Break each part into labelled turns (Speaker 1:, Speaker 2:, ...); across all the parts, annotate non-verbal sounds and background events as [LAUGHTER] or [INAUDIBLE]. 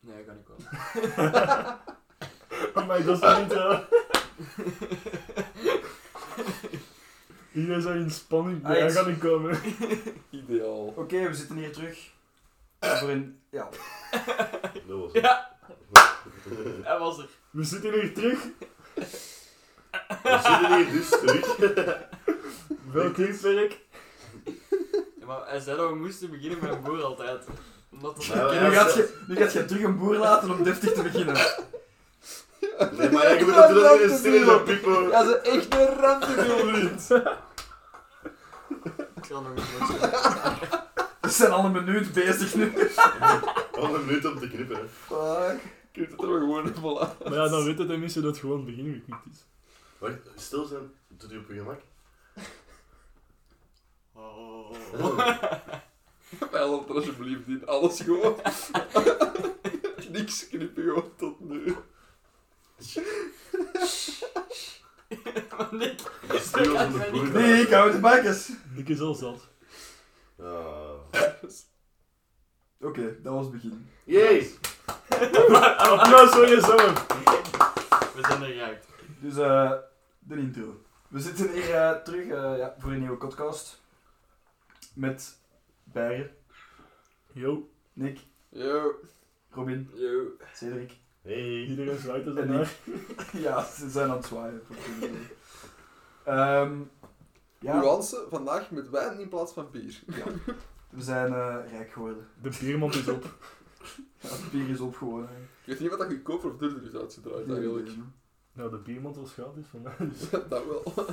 Speaker 1: Nee, ik kan niet [LAUGHS] komen.
Speaker 2: Oh maar dat is toch niet... eh, Iedereen is in spanning. Nee,
Speaker 3: Ah,
Speaker 2: hij
Speaker 3: iets-
Speaker 2: gaat niet komen.
Speaker 1: Ideaal.
Speaker 3: Oké, we zitten hier terug. Eh, Voor een... Ja.
Speaker 4: Dat was het.
Speaker 1: Ja, hij was er.
Speaker 2: We zitten hier terug.
Speaker 4: We zitten hier dus terug.
Speaker 2: Welk tijdperk?
Speaker 1: Ja, maar hij zei dat we moesten beginnen met een boer altijd. Omdat dat
Speaker 4: Maar
Speaker 1: een
Speaker 3: nu,
Speaker 4: ja,
Speaker 3: gaat
Speaker 1: kennis is.
Speaker 3: je, nu gaat je terug een boer laten om deftig te beginnen.
Speaker 4: Nee, maar ja, je moet natuurlijk weer stil zijn, Pippo.
Speaker 1: Ja, ze echt een ruimte vriend. Ik zal nog eens wat zeggen.
Speaker 3: We zijn al een minuut bezig nu.
Speaker 4: Al een minuut om te knippen. hè.
Speaker 3: Fuck.
Speaker 1: Je kunt het er gewoon even laten.
Speaker 2: Maar ja, dan weten tenminste dat het gewoon begin geknipt is.
Speaker 4: Wacht, stil zijn. Doet hij op je gemak?
Speaker 1: Oh. [LAUGHS] Mij loopt er alsjeblieft in. Alles gewoon. Niks knippen gewoon tot nu.
Speaker 4: Stil als een boer.
Speaker 3: Nee, ik hou de bakjes.
Speaker 2: Ik is al
Speaker 3: [LAUGHS]
Speaker 2: zat.
Speaker 4: Ah.
Speaker 3: Oké, dat was het begin.
Speaker 4: Jee!
Speaker 2: Applaus voor jezelf.
Speaker 1: We zijn er geraakt.
Speaker 3: Dus eh, de intro. We zitten hier eh, terug eh, ja, voor een nieuwe podcast. Met Bergen,
Speaker 2: Yo,
Speaker 3: Nick,
Speaker 1: Yo,
Speaker 3: Robin,
Speaker 1: yo.
Speaker 3: Cedric. [LAUGHS]
Speaker 4: Hey.
Speaker 2: iedereen zwaait als
Speaker 3: En
Speaker 2: een haar.
Speaker 3: Ja, ze zijn aan het zwaaien. voor het idee. Ehm, ja,
Speaker 5: Nuance vandaag met wijn in plaats van bier.
Speaker 3: we zijn eh, rijk geworden. [LAUGHS]
Speaker 2: De biermand is op.
Speaker 3: Ja, het bier is opgewonnen. hè.
Speaker 5: Ik weet niet wat dat goedkoper of duurder is uitgedraaid eigenlijk.
Speaker 2: Nou, de biermand was gratis vandaag. Dus.
Speaker 5: Ja, dat wel.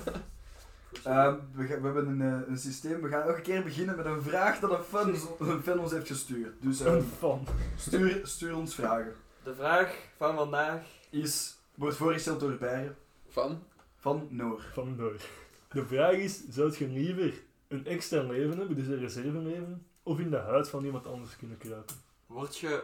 Speaker 3: Ehm, we, ga- we hebben een, eh, een systeem. We gaan elke keer beginnen met een vraag dat een fan, een fan ons [LAUGHS] heeft gestuurd.
Speaker 2: [LAUGHS]
Speaker 3: Dus ehm,
Speaker 2: Een fan.
Speaker 3: stuur, stuur ons vragen.
Speaker 1: De vraag van vandaag.
Speaker 3: Is, wordt voorgesteld door Bergen
Speaker 5: Van?
Speaker 3: van Noor.
Speaker 2: Van door. De vraag is, zou je liever een extern leven hebben, dus een reserveleven, of in de huid van iemand anders kunnen kruipen?
Speaker 1: Word je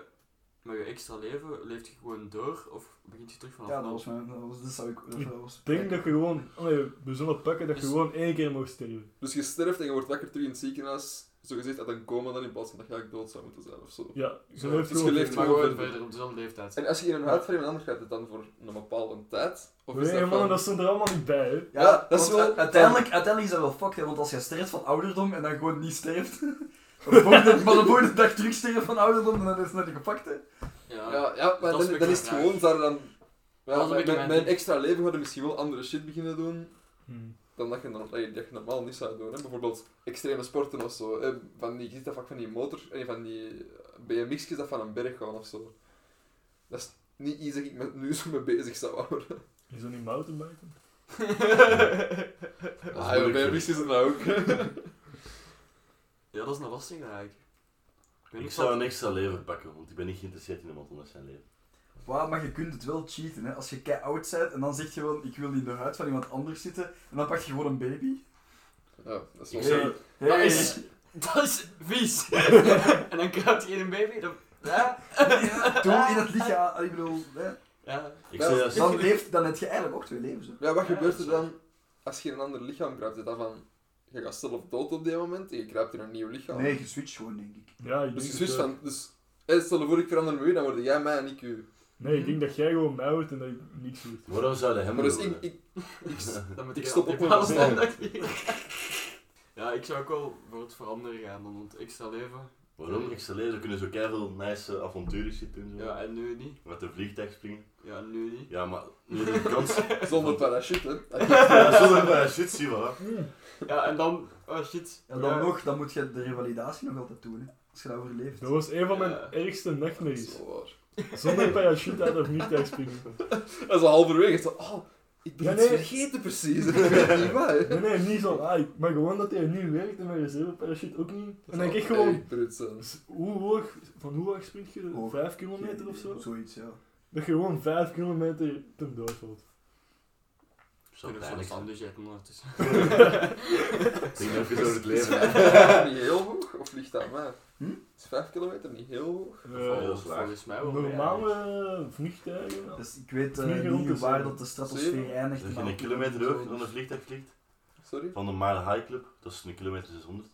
Speaker 1: met je extra leven, leeft je gewoon door of begint je terug vanaf
Speaker 3: Ja, dat
Speaker 1: nul?
Speaker 3: was mijn. Dat, was, dat zou ik. Dat was,
Speaker 2: Ik denk dat je gewoon, allee, we zullen pakken dat je
Speaker 1: Dus-
Speaker 2: gewoon één keer mag sterven.
Speaker 5: Dus je sterft en je wordt wakker terug in het ziekenhuis. Zo gezegd uit een coma dan in plaats van dat je eigenlijk dood zou moeten zijn of zo.
Speaker 2: Ja,
Speaker 1: Zo,
Speaker 2: je leeft
Speaker 5: het is
Speaker 2: gewoon
Speaker 5: geleefd.
Speaker 2: verder.
Speaker 1: maar
Speaker 5: gewoon
Speaker 1: gewoon
Speaker 5: verder.
Speaker 1: verder op dezelfde leeftijd.
Speaker 5: En als je in een huid van iemand anders gaat, het dan voor een bepaalde tijd? Of is
Speaker 2: Nee,
Speaker 5: dat
Speaker 2: man,
Speaker 5: van...
Speaker 2: dat stond er allemaal niet bij, hè.
Speaker 3: Ja,
Speaker 5: Ja, dat
Speaker 3: want
Speaker 5: is wel-
Speaker 3: u- Uiteindelijk, uiteindelijk is dat wel fucked, hè, want als je sterft van ouderdom en dan gewoon niet sterft. [LAUGHS] dan volgende- Maar de volgende dag terug sterven van ouderdom, dan is het net gepakt, hè?
Speaker 1: Ja.
Speaker 5: Ja, ja, maar
Speaker 1: Dat is een
Speaker 5: dan, dan is het
Speaker 1: vraag.
Speaker 5: gewoon daar dan...
Speaker 1: is
Speaker 5: Ja,
Speaker 1: een
Speaker 5: met,
Speaker 1: beetje
Speaker 5: met,
Speaker 1: mijn
Speaker 5: met een
Speaker 1: ding.
Speaker 5: extra leven hadden misschien wel andere shit beginnen doen
Speaker 2: Hm.
Speaker 5: dan dat je, dan, dat je- dat je normaal niet zou doen. Hè. Bijvoorbeeld extreme sporten of zo. hè. Van die, je ziet dat vaak van die motor, en van die eh, BMX's dat van een berg gaan of zo. Dat is niet iets dat ik me nu zo mee bezig zou houden.
Speaker 2: Is dat niet mountainbiken?
Speaker 5: Hmm. Ah, ja,
Speaker 4: moeilijk,
Speaker 5: BMX is het nou ook.
Speaker 1: [LAUGHS]
Speaker 5: [LAUGHS]
Speaker 1: ja, dat is een lastige eigenlijk. Ik weet
Speaker 4: Ik
Speaker 1: niet
Speaker 4: zou
Speaker 1: wat-
Speaker 4: een extra leven pakken, want ik ben niet geïnteresseerd in iemand anders zijn leven.
Speaker 3: Wauw, maar je kunt het wel cheaten, hè? Als je kei oud bent en dan zeg je gewoon: ik wil in de huid van iemand anders zitten, en dan pak je gewoon een baby.
Speaker 5: Ja, dat is
Speaker 4: Ik
Speaker 5: wel
Speaker 4: zou-
Speaker 5: zo.
Speaker 3: Hey,
Speaker 1: Dat is- [LAUGHS] Dat is
Speaker 4: [LAUGHS]
Speaker 1: vies. en dan kruipt je in een baby. Dan... Ja.
Speaker 3: Doel in het lichaam, ik bedoel, hè?
Speaker 1: ja.
Speaker 4: Ik
Speaker 5: Ja,
Speaker 4: zou
Speaker 5: dat
Speaker 4: als...
Speaker 3: Dan, leeft, dan heb je eigenlijk ook twee levens, hè?
Speaker 5: Ja, wat
Speaker 1: Ja,
Speaker 5: gebeurt
Speaker 1: dat
Speaker 5: er
Speaker 1: is waar.
Speaker 5: dan als je in een ander lichaam kruipt? Is dat van, je gaat zelf dood op die moment en je kruipt in een nieuw lichaam?
Speaker 3: Nee, je switcht gewoon, denk ik.
Speaker 2: Ja, ik
Speaker 5: Dus je
Speaker 2: denk
Speaker 5: switcht
Speaker 2: dat,
Speaker 5: van, dus, hé, stel je voor ik verander me u, dan word jij mij en ik u.
Speaker 2: Nee,
Speaker 5: Hmm.
Speaker 2: ik denk dat jij gewoon mij wordt en dat ik niks word.
Speaker 4: Waarom zou dat hem
Speaker 5: Maar dus
Speaker 4: willen?
Speaker 5: ik, ik,
Speaker 1: Dan moet
Speaker 5: Ik
Speaker 1: je
Speaker 5: stop
Speaker 1: aan
Speaker 5: op
Speaker 1: die
Speaker 5: mijn
Speaker 1: paal staan,
Speaker 5: bal.
Speaker 1: denk ik. Ja, ik zou ook wel voor het veranderen gaan dan want extra leven.
Speaker 4: Waarom extra leven? Ze kunnen zo keihard nice eh, avonturen shit doen. Zo.
Speaker 1: Ja, en nu niet.
Speaker 4: Met een vliegtuig springen.
Speaker 1: Ja, nu niet.
Speaker 4: Ja, maar [LAUGHS] nu heb je de kans.
Speaker 5: zonder parachute, hè. Dat je-
Speaker 4: Ja, Zonder bij shit, zie voilà.
Speaker 5: Hmm.
Speaker 1: Ja, en dan... Oh shit.
Speaker 3: Ja, dan nog, dan moet je de revalidatie nog altijd doen, hè? Als je dat overleeft.
Speaker 2: Dat was een van mijn
Speaker 1: Ja.
Speaker 2: ergste
Speaker 5: Dat is
Speaker 2: nachtmerries.
Speaker 5: wel waar.
Speaker 2: Zonder parachute uit of
Speaker 5: [LAUGHS]
Speaker 2: vliegtuig springen.
Speaker 5: Dat is al halverwege, zo, oh, ik ben
Speaker 2: Ja,
Speaker 5: iets
Speaker 2: nee.
Speaker 5: vergeten precies. Dat weet niet waar,
Speaker 2: Nee,
Speaker 5: hè.
Speaker 2: nee, niet zo. Ah, ik- maar gewoon dat hij niet werkt en mijn reserveparachute ook niet. En dan
Speaker 5: Dat
Speaker 2: denk ik
Speaker 5: zou
Speaker 2: gewoon,
Speaker 5: echt brut zijn.
Speaker 2: s- hoe hoog, van hoe hoog springt je?
Speaker 3: Hoog.
Speaker 2: Vijf kilometer of zo?
Speaker 3: Zoiets, ja.
Speaker 2: Dat je gewoon vijf kilometer ten dood valt.
Speaker 1: Zou ik
Speaker 4: pijnlijk
Speaker 1: een
Speaker 4: zijn.
Speaker 1: sandwich eten
Speaker 4: [LAUGHS]
Speaker 1: ondertussen.
Speaker 4: Ik denk dat je zo het
Speaker 1: [LAUGHS]
Speaker 5: Is
Speaker 4: leven.
Speaker 5: vijf kilometer niet heel hoog, of ligt dat aan mij?
Speaker 3: Hm?
Speaker 5: Is 5 kilometer niet heel hoog?
Speaker 2: Eh,
Speaker 4: Heel zwaar.
Speaker 1: Volgens mij wel.
Speaker 2: normale vliegtuigen. wel.
Speaker 3: Dus ik weet eh,
Speaker 2: Vliegen rond
Speaker 3: niet
Speaker 2: de
Speaker 3: waar
Speaker 2: zee.
Speaker 3: dat de stratosfeer
Speaker 5: Zeven.
Speaker 3: eindigt.
Speaker 4: Als je
Speaker 3: maar-
Speaker 4: een kilometer hoog dan een vliegtuig vliegt.
Speaker 5: Sorry?
Speaker 4: Van de Mile High Club, dat is een kilometer 600.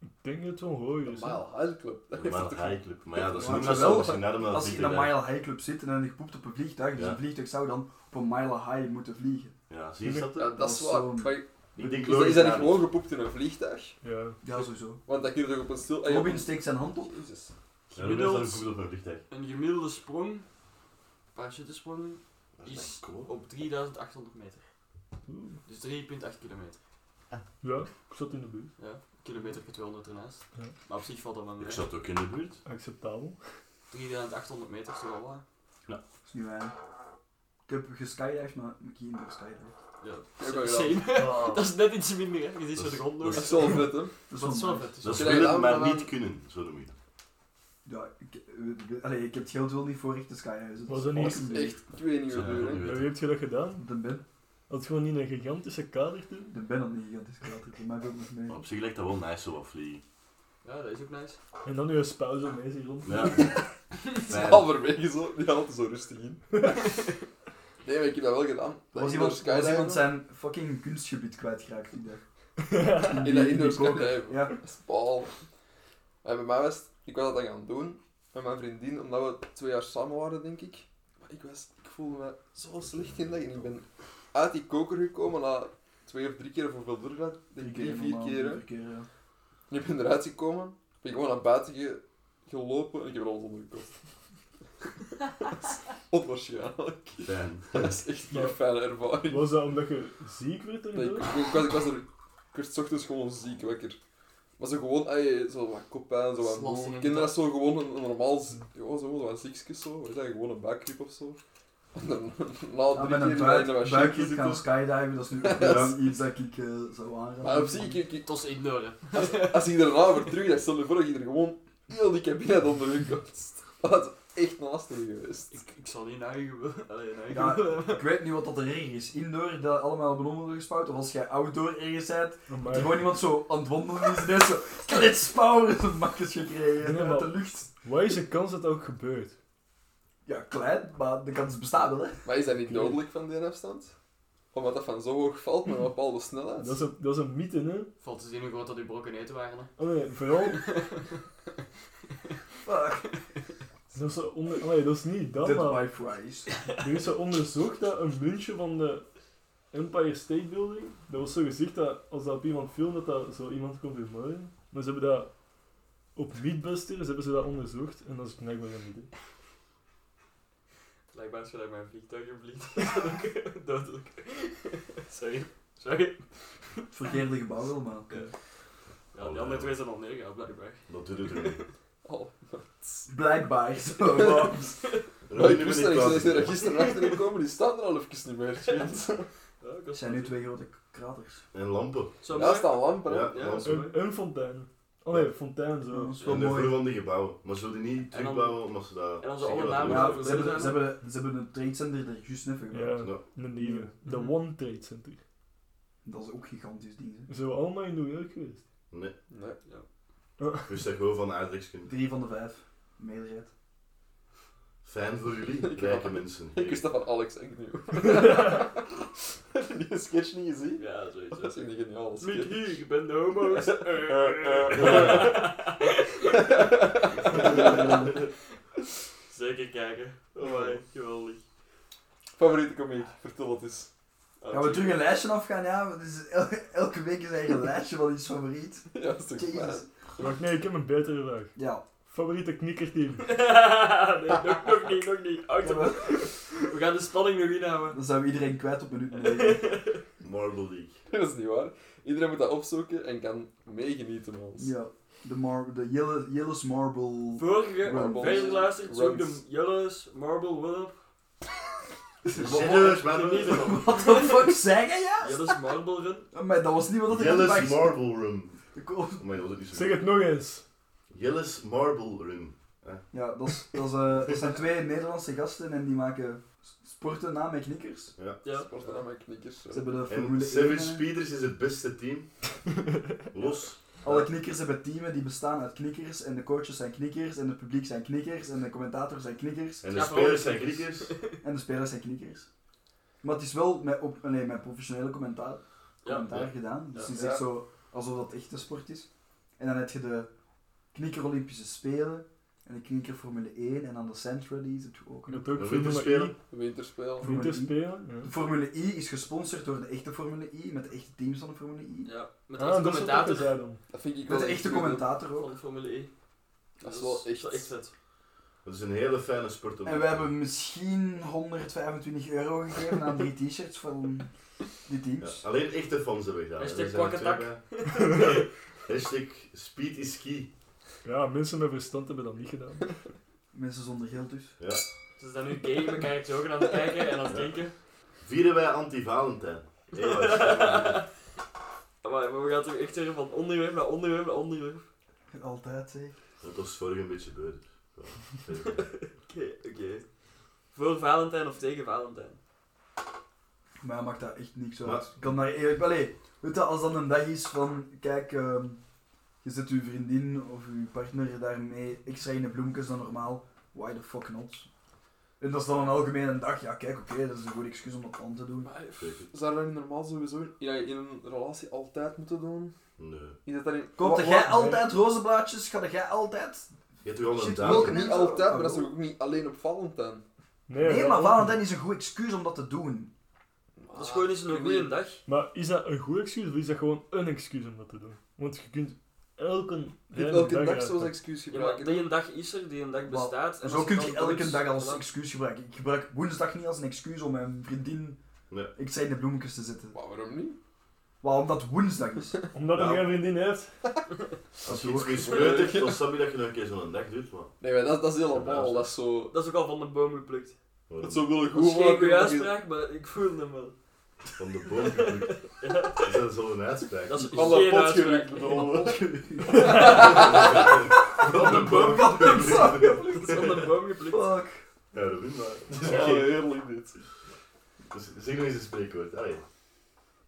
Speaker 2: Ik denk dat het wel hoger
Speaker 5: De
Speaker 2: is. dus, hè.
Speaker 5: Mile High Club. [LAUGHS]
Speaker 4: De
Speaker 5: Dat heeft het
Speaker 4: Mile
Speaker 5: toch
Speaker 4: High Club. Maar ja, dat is
Speaker 3: Maar
Speaker 4: niet als
Speaker 3: wel,
Speaker 4: als je naar de
Speaker 3: Als je in
Speaker 4: zit,
Speaker 3: een
Speaker 4: hè.
Speaker 3: mile high club zit en dan je poept op een vliegtuig, dus
Speaker 4: Ja.
Speaker 3: een vliegtuig zou dan op een mile high moeten vliegen.
Speaker 4: Ja, zie je dat?
Speaker 5: Ja, dat is
Speaker 3: Dat is
Speaker 5: waar.
Speaker 3: zo'n-
Speaker 5: Maar ik-
Speaker 4: Ik
Speaker 5: is
Speaker 4: denk
Speaker 5: dat, is
Speaker 4: logisch
Speaker 5: dat niet
Speaker 4: daar
Speaker 5: gewoon
Speaker 4: niet.
Speaker 5: gepoept in een vliegtuig?
Speaker 2: Ja.
Speaker 3: Ja, sowieso.
Speaker 5: Want dat kun je toch op een stil... eh, op
Speaker 3: Robin
Speaker 5: een-
Speaker 3: steekt zijn hand op.
Speaker 5: Jezus.
Speaker 4: eh, Ja, dat is dan
Speaker 1: Gemiddeld-
Speaker 4: gevoeld op een vliegtuig.
Speaker 1: Een gemiddelde sprong, parachutesprong,
Speaker 4: Dat
Speaker 1: is
Speaker 4: is cool.
Speaker 1: op 3800 meter. Dus 3,8 kilometer.
Speaker 2: Ja, ik zat in de buurt.
Speaker 1: Ja, kilometer 200 ernaast.
Speaker 2: Ja.
Speaker 1: Maar op zich valt dat wel mee.
Speaker 4: Ik zat ook in de buurt.
Speaker 3: [LAUGHS]
Speaker 2: Acceptabel.
Speaker 1: 3800 meter is toch wel wat?
Speaker 3: Dat is niet weinig. Ik heb geskydived, maar ik heb geen geskydived.
Speaker 1: Ja,
Speaker 5: heb wel
Speaker 1: same. [LAUGHS]
Speaker 3: Ah.
Speaker 1: dat is net iets minder, hè. Je ziet zo
Speaker 4: Dat
Speaker 1: de
Speaker 4: is-
Speaker 1: grond nog.
Speaker 5: Dat
Speaker 4: dat
Speaker 5: is wel vet, hè.
Speaker 3: Dat
Speaker 1: Dat is wel
Speaker 3: nice.
Speaker 1: vet.
Speaker 4: Dat
Speaker 5: je
Speaker 4: is
Speaker 5: dat
Speaker 4: willen,
Speaker 5: gedaan
Speaker 4: maar
Speaker 5: hebt,
Speaker 4: niet kunnen, zo noem je dat.
Speaker 3: Ja, ik, eh, eh, allee, ik heb het geld wel niet voor echt te skydiven. dus
Speaker 2: Was dat niet-
Speaker 5: Dat is echt... Ik weet niet hoe
Speaker 4: Zou
Speaker 5: duur,
Speaker 4: dat niet
Speaker 5: hè.
Speaker 2: Ja,
Speaker 4: weten.
Speaker 2: wie heeft je dat gedaan?
Speaker 3: De ben,
Speaker 2: Had gewoon niet een gigantische kader te
Speaker 3: de ben op een gigantische krater, voor mij wil nog mee.
Speaker 4: Maar op zich lijkt dat wel nice zo wat vliegen.
Speaker 1: Ja, dat is ook nice.
Speaker 2: En dan je spouw zo mee zich rond.
Speaker 4: Ja.
Speaker 2: [LAUGHS]
Speaker 5: Ja,
Speaker 4: Fijn.
Speaker 5: Halverwege zo, die haalt er zo rustig in. [LAUGHS] nee, maar ik heb dat wel gedaan.
Speaker 3: Er was
Speaker 5: Dat
Speaker 3: iemand, er was
Speaker 5: skydiven.
Speaker 3: iemand zijn fucking kunstgebied kwijtgeraakt
Speaker 2: [LAUGHS]
Speaker 3: die dag. In
Speaker 5: In
Speaker 3: die-
Speaker 5: dat
Speaker 3: in
Speaker 5: indoor
Speaker 3: die koker.
Speaker 5: skydiven.
Speaker 3: Ja.
Speaker 5: Dat is bal. En bij mij was het- ik was dat dan gaan doen met mijn vriendin, omdat we twee jaar samen waren, denk ik. Maar ik, was, ik voelde me zo slecht in dat. En ik ben uit die koker gekomen na twee of drie keer of hoeveel duurde dat? Denk ik drie, vier
Speaker 3: normaal,
Speaker 5: keer. hè.
Speaker 3: Vier keer, ja.
Speaker 5: En ik ben eruit gekomen, ben ik gewoon naar buiten ge- gelopen en ik heb alles [LAUGHS] ondergekocht. Onwaarschijnlijk.
Speaker 4: Fijn.
Speaker 5: Dat is echt geen
Speaker 2: Maar-
Speaker 5: fijne ervaring.
Speaker 2: Was dat omdat je ziek werd
Speaker 5: Nee, ik,
Speaker 2: erdoor?
Speaker 5: ik, was, ik was er... Ik werd 's ochtends gewoon ziek wakker. Maar zo gewoon, ey, zo wat koppijn, zo wat moe.
Speaker 1: Slossing en
Speaker 5: Kinderen
Speaker 1: dat.
Speaker 5: dat zo gewoon een, een normaal... z- Gewoon zo, zo wat ziekje zo. Weet je, gewoon een buikgriep of zo. [LAUGHS] En dan na
Speaker 3: Ja, met
Speaker 5: drie keer
Speaker 3: een
Speaker 5: in de- in de
Speaker 3: buik,
Speaker 5: machine
Speaker 3: buikje gaan
Speaker 5: zitten.
Speaker 3: skydiven, dat is
Speaker 5: [LAUGHS]
Speaker 3: nu ook wel iets dat ik eh zou aanraden.
Speaker 5: Maar op zich, ik, ik-
Speaker 1: Het was indoor, hè.
Speaker 5: als, als ik daarna weer terug dacht, stel je voor dat ik er gewoon heel die cabinet onder hun kost. Dat is echt nastig geweest.
Speaker 1: Ik, ik zal niet naar je [LAUGHS] willen. Allee, naar je
Speaker 3: Ja.
Speaker 1: willen.
Speaker 3: Ik weet niet wat dat er erger is. Indoor, dat allemaal op een onder gespouwd, of als jij outdoor ergens bent,
Speaker 2: Amai.
Speaker 3: dat er gewoon iemand zo aan het wandelen is, net zo kletspouwen, zo makkers gekregen
Speaker 2: Nee,
Speaker 3: uit
Speaker 2: maar-
Speaker 3: de lucht.
Speaker 2: Wat is de kans dat dat ook gebeurt?
Speaker 3: Ja, klein, maar de kans bestaat wel, hè.
Speaker 5: Maar is dat niet dodelijk van die afstand? Omdat dat van zo hoog valt met een bepaalde snelheid?
Speaker 2: Dat is een, dat is een mythe, hè?
Speaker 1: Valt te zien hoe groot dat die brokken eten waren, hè.
Speaker 2: Oh nee, vooral,
Speaker 3: Fuck,
Speaker 2: dat is, zo onder, allee, dat is niet dat,
Speaker 3: Dead
Speaker 2: maar
Speaker 3: by fries.
Speaker 2: er is zo onderzocht dat een muntje van de Empire State Building, dat was zo gezegd dat als dat op iemand viel, dat dat zo iemand kon vermoorden. Maar ze hebben dat op Meatbusters hebben ze dat onderzocht en dat is blijkbaar een mythe.
Speaker 1: Blijkbaar als je naar mijn vliegtuig in vliegt, is [LAUGHS] dat ook dodelijk. Sorry. Sorry.
Speaker 3: Verkeerde gebouw wel, maar...
Speaker 1: Ja, die andere twee zijn al neergehaald, blijkbaar.
Speaker 4: Dat doet het er niet.
Speaker 5: Oh.
Speaker 2: [LAUGHS]
Speaker 3: Blijkbaar, zo, maar-
Speaker 5: Ja, ik wist dat ik ze- ze er gisteren achter gekomen, die staan er al even niet meer. vriend.
Speaker 1: Ja, ik
Speaker 3: Het
Speaker 1: was-
Speaker 3: zijn nu twee grote kraters.
Speaker 4: En lampen.
Speaker 1: Zo
Speaker 5: Daar
Speaker 1: mooi.
Speaker 5: staan lampen, hè.
Speaker 4: Ja,
Speaker 1: Ja,
Speaker 4: lampen.
Speaker 1: zo mooi.
Speaker 2: Een, een fontein. Oh nee, fontein
Speaker 3: Ja, dat
Speaker 2: zo.
Speaker 3: is wel
Speaker 4: En de
Speaker 3: mooi.
Speaker 4: vloer van die gebouwen. Maar ze zullen die niet
Speaker 1: En dan-
Speaker 4: terugbouwen omdat ze dat...
Speaker 1: en dan zo
Speaker 4: zeggen
Speaker 1: alle
Speaker 4: dat
Speaker 1: namen
Speaker 4: er-
Speaker 3: Ja,
Speaker 1: voor
Speaker 3: ze hebben, ze, hebben, ze hebben een trade center er juist even gebouwd.
Speaker 2: Ja,
Speaker 4: Ja.
Speaker 2: een nieuwe. De
Speaker 1: Mhm.
Speaker 2: One Trade Center.
Speaker 3: Dat is ook een gigantisch ding, hè.
Speaker 2: Zijn we allemaal in New York geweest?
Speaker 4: Nee,
Speaker 5: Nee.
Speaker 1: Ja.
Speaker 4: ik wist dat gewoon van aardrijks kunnen.
Speaker 3: Drie van de vijf. Meerderheid.
Speaker 4: Fijn voor
Speaker 3: [LAUGHS]
Speaker 4: jullie,
Speaker 5: Ik
Speaker 4: rijke
Speaker 5: heb-
Speaker 4: mensen.
Speaker 5: Ik wist dat van Alex Agnew. [LAUGHS] Heb je die sketch niet gezien?
Speaker 1: [LAUGHS] Ja, sowieso.
Speaker 5: Dat is echt een geniale
Speaker 1: Niet
Speaker 5: sketch.
Speaker 1: hier, ik ben de homo's. [LAUGHS] Zeker kijken. Oh my, geweldig.
Speaker 5: Favoriete komiek, vertel dat eens. [LAUGHS]
Speaker 3: Gaan we terug een lijstje afgaan, ja? Want het is el- [LAUGHS] elke week is eigenlijk een lijstje van iets favoriet.
Speaker 5: Ja, dat is toch
Speaker 3: Jezus.
Speaker 5: fijn.
Speaker 2: Wacht, nee, ik heb een betere vraag.
Speaker 3: Ja.
Speaker 2: Favoriete knikkerteam?
Speaker 1: [LAUGHS] nee, nog, nog niet, nog niet. Auto.
Speaker 3: Dan
Speaker 1: We gaan de spanning nog inhouden.
Speaker 3: zijn we iedereen kwijt op minuut
Speaker 4: [LAUGHS]
Speaker 3: negen.
Speaker 4: Marble League.
Speaker 5: [LAUGHS] Dat is niet waar. Iedereen moet dat opzoeken en kan meegenieten van ons.
Speaker 3: Ja. De, mar de Yellow, Yellow's Marble...
Speaker 1: Vorige,
Speaker 3: Rumbles.
Speaker 1: veel geluisterd, zoek de
Speaker 5: Runs.
Speaker 1: Yellows, Marble, Willop.
Speaker 4: Serieus, Marble
Speaker 3: What the fuck, zeg je
Speaker 1: Yellows, Marble Run.
Speaker 3: ja? Maar dat was niet wat ik
Speaker 4: Yellis
Speaker 3: dacht.
Speaker 4: Marble Room.
Speaker 3: De ko-
Speaker 4: Oh, maar dat was ook niet zo.
Speaker 2: Zeg het nog eens.
Speaker 4: Yellis Marble Room.
Speaker 3: Ja, dat, is, dat, is, eh, dat zijn twee Nederlandse gasten en die maken s- sporten na met knikkers.
Speaker 4: Ja.
Speaker 1: Ja.
Speaker 5: Sporten aan mijn knikkers.
Speaker 3: Ze hebben de
Speaker 4: En
Speaker 3: Formule 1.
Speaker 4: Seven
Speaker 3: eh,
Speaker 4: Speeders is het beste team. Los.
Speaker 3: Alle knikkers hebben teamen die bestaan uit knikkers en de coaches zijn knikkers en het publiek zijn knikkers en de commentators zijn knikkers
Speaker 4: En
Speaker 1: Ja,
Speaker 4: de
Speaker 1: maar-
Speaker 4: spelers zijn kriekers.
Speaker 3: en de spelers zijn knikkers. Maar het is wel met, op, nee, met professionele commentaar,
Speaker 1: Ja.
Speaker 3: commentaar gedaan, dus
Speaker 1: Ja.
Speaker 3: het is
Speaker 5: Ja.
Speaker 3: echt zo alsof dat echt een sport is. En dan heb je de knikker Olympische Spelen. En de knikker Formule 1. En dan de Centrallies heb je ook.
Speaker 2: Je
Speaker 3: nog.
Speaker 2: hebt ook
Speaker 4: De
Speaker 2: Formule
Speaker 4: winterspelen.
Speaker 2: I.
Speaker 5: Winterspel.
Speaker 3: Formule I.
Speaker 2: Winterspelen. ja.
Speaker 3: De Formule I is gesponsord door de echte Formule I. Met de echte teams van de Formule I.
Speaker 1: Ja, met de
Speaker 2: Ah,
Speaker 1: echte
Speaker 2: dat is wat ik
Speaker 1: commentator
Speaker 2: zei dan.
Speaker 5: Dat vind ik wel
Speaker 3: Met de
Speaker 5: echt
Speaker 3: echte
Speaker 5: goed, hè.
Speaker 3: commentator ook.
Speaker 1: van Formule E.
Speaker 5: Dat is wel echt-
Speaker 1: vet.
Speaker 4: Dat is een hele fijne sport om
Speaker 3: En we hebben misschien 125 euro gegeven aan drie t-shirts van die
Speaker 4: Ja,
Speaker 3: teams.
Speaker 4: alleen echte fans hebben gedaan.
Speaker 1: Hashtag
Speaker 4: Er zijn er twee
Speaker 1: kwakketak.
Speaker 4: bij. [LAUGHS] Nee, Hashtag speed is ski.
Speaker 2: Ja, mensen met verstand hebben dat niet gedaan.
Speaker 3: Mensen zonder geld dus.
Speaker 4: Ja.
Speaker 1: Ze zijn nu gay, we kijken zo aan het kijken en aan het
Speaker 4: Ja.
Speaker 1: denken.
Speaker 4: Vieren wij anti-Valentijn? Heel waarschijnlijk.
Speaker 1: Maar, maar we gaan toch echt weer van onderwerp naar onderwerp naar onderwerp.
Speaker 3: Altijd zeg.
Speaker 4: Dat was vorige een beetje beurder. Ja, verder.
Speaker 1: Oké, oké. Voor Valentijn of tegen Valentijn?
Speaker 3: Maar ja, maakt dat echt niks uit.
Speaker 4: Maar-
Speaker 3: Ik kan daar eerlijk... Allee, weet je, als dan een dag is van... Kijk, ehm, je zet uw vriendin of uw partner daarmee extra in de bloemkes dan normaal. Why the fuck not? En dat is dan een algemene dag. Ja, kijk, oké, dat is een goed excuus om dat aan te doen.
Speaker 5: Maar, pff,
Speaker 4: Zeker.
Speaker 5: Zouden we dat niet normaal sowieso in, ja, in een relatie altijd moeten doen?
Speaker 4: Nee.
Speaker 5: Is dat daarin...
Speaker 3: Komt
Speaker 5: Wa- wa-
Speaker 3: jij altijd rozenblaadjes? Ga jij altijd...
Speaker 4: Je hebt toch al een
Speaker 3: Shit,
Speaker 4: datum?
Speaker 3: welke-
Speaker 5: Niet altijd, maar dat is toch ook niet alleen op Valentijn?
Speaker 2: Nee,
Speaker 3: Nee,
Speaker 2: ja.
Speaker 3: maar Valentijn is een goed excuus om dat te doen.
Speaker 1: Dat is gewoon eens
Speaker 5: Ah,
Speaker 1: een goede dag.
Speaker 2: Maar is dat een goed excuus of is dat gewoon een excuus om dat te doen? Want je kunt elke,
Speaker 5: Niet
Speaker 2: rijden
Speaker 5: elke dag
Speaker 2: uitpakken.
Speaker 5: zoals excuus
Speaker 1: Ja, maar
Speaker 5: gebruiken.
Speaker 1: die een dag is er, die een dag
Speaker 3: Wel,
Speaker 1: bestaat.
Speaker 3: En
Speaker 1: En
Speaker 3: zo
Speaker 1: als
Speaker 3: kun je
Speaker 1: dan
Speaker 3: elke
Speaker 1: doet,
Speaker 3: dag als
Speaker 1: voilà.
Speaker 3: excuus gebruiken. Ik gebruik woensdag niet als een excuus om mijn vriendin
Speaker 4: Nee.
Speaker 3: extra in de bloemkes te zetten.
Speaker 5: Maar waarom niet?
Speaker 3: Waarom dat woensdag is.
Speaker 2: Omdat hij
Speaker 4: Ja.
Speaker 2: geen vriendin heeft.
Speaker 4: Als je iets mispeutert, dan snap je dat je nog een keer zo'n dag doet, maar...
Speaker 5: Nee, maar dat, dat is helemaal.
Speaker 4: Ja,
Speaker 5: Dat is zo...
Speaker 1: Dat is ook al van de boom geplukt.
Speaker 4: waarom?
Speaker 5: Dat zou willen
Speaker 1: Dat is
Speaker 5: goed
Speaker 1: geen goede
Speaker 5: maken. dat je-
Speaker 1: uitspraak, maar ik voel hem wel.
Speaker 4: Van de boom geplukt. Dat is zo'n uitspraak.
Speaker 1: Dat is
Speaker 5: Van
Speaker 1: geen
Speaker 5: de pot
Speaker 1: uitspraak.
Speaker 5: gerukt bedoel.
Speaker 4: Van de boom geplukt.
Speaker 1: Dat is van de boom geplukt.
Speaker 3: Fuck.
Speaker 4: Ja, dat weet maar. Dat is
Speaker 5: Ja,
Speaker 4: oké.
Speaker 5: heerlijk dit.
Speaker 4: Dus zeg nog eens een spreekwoord. Allee.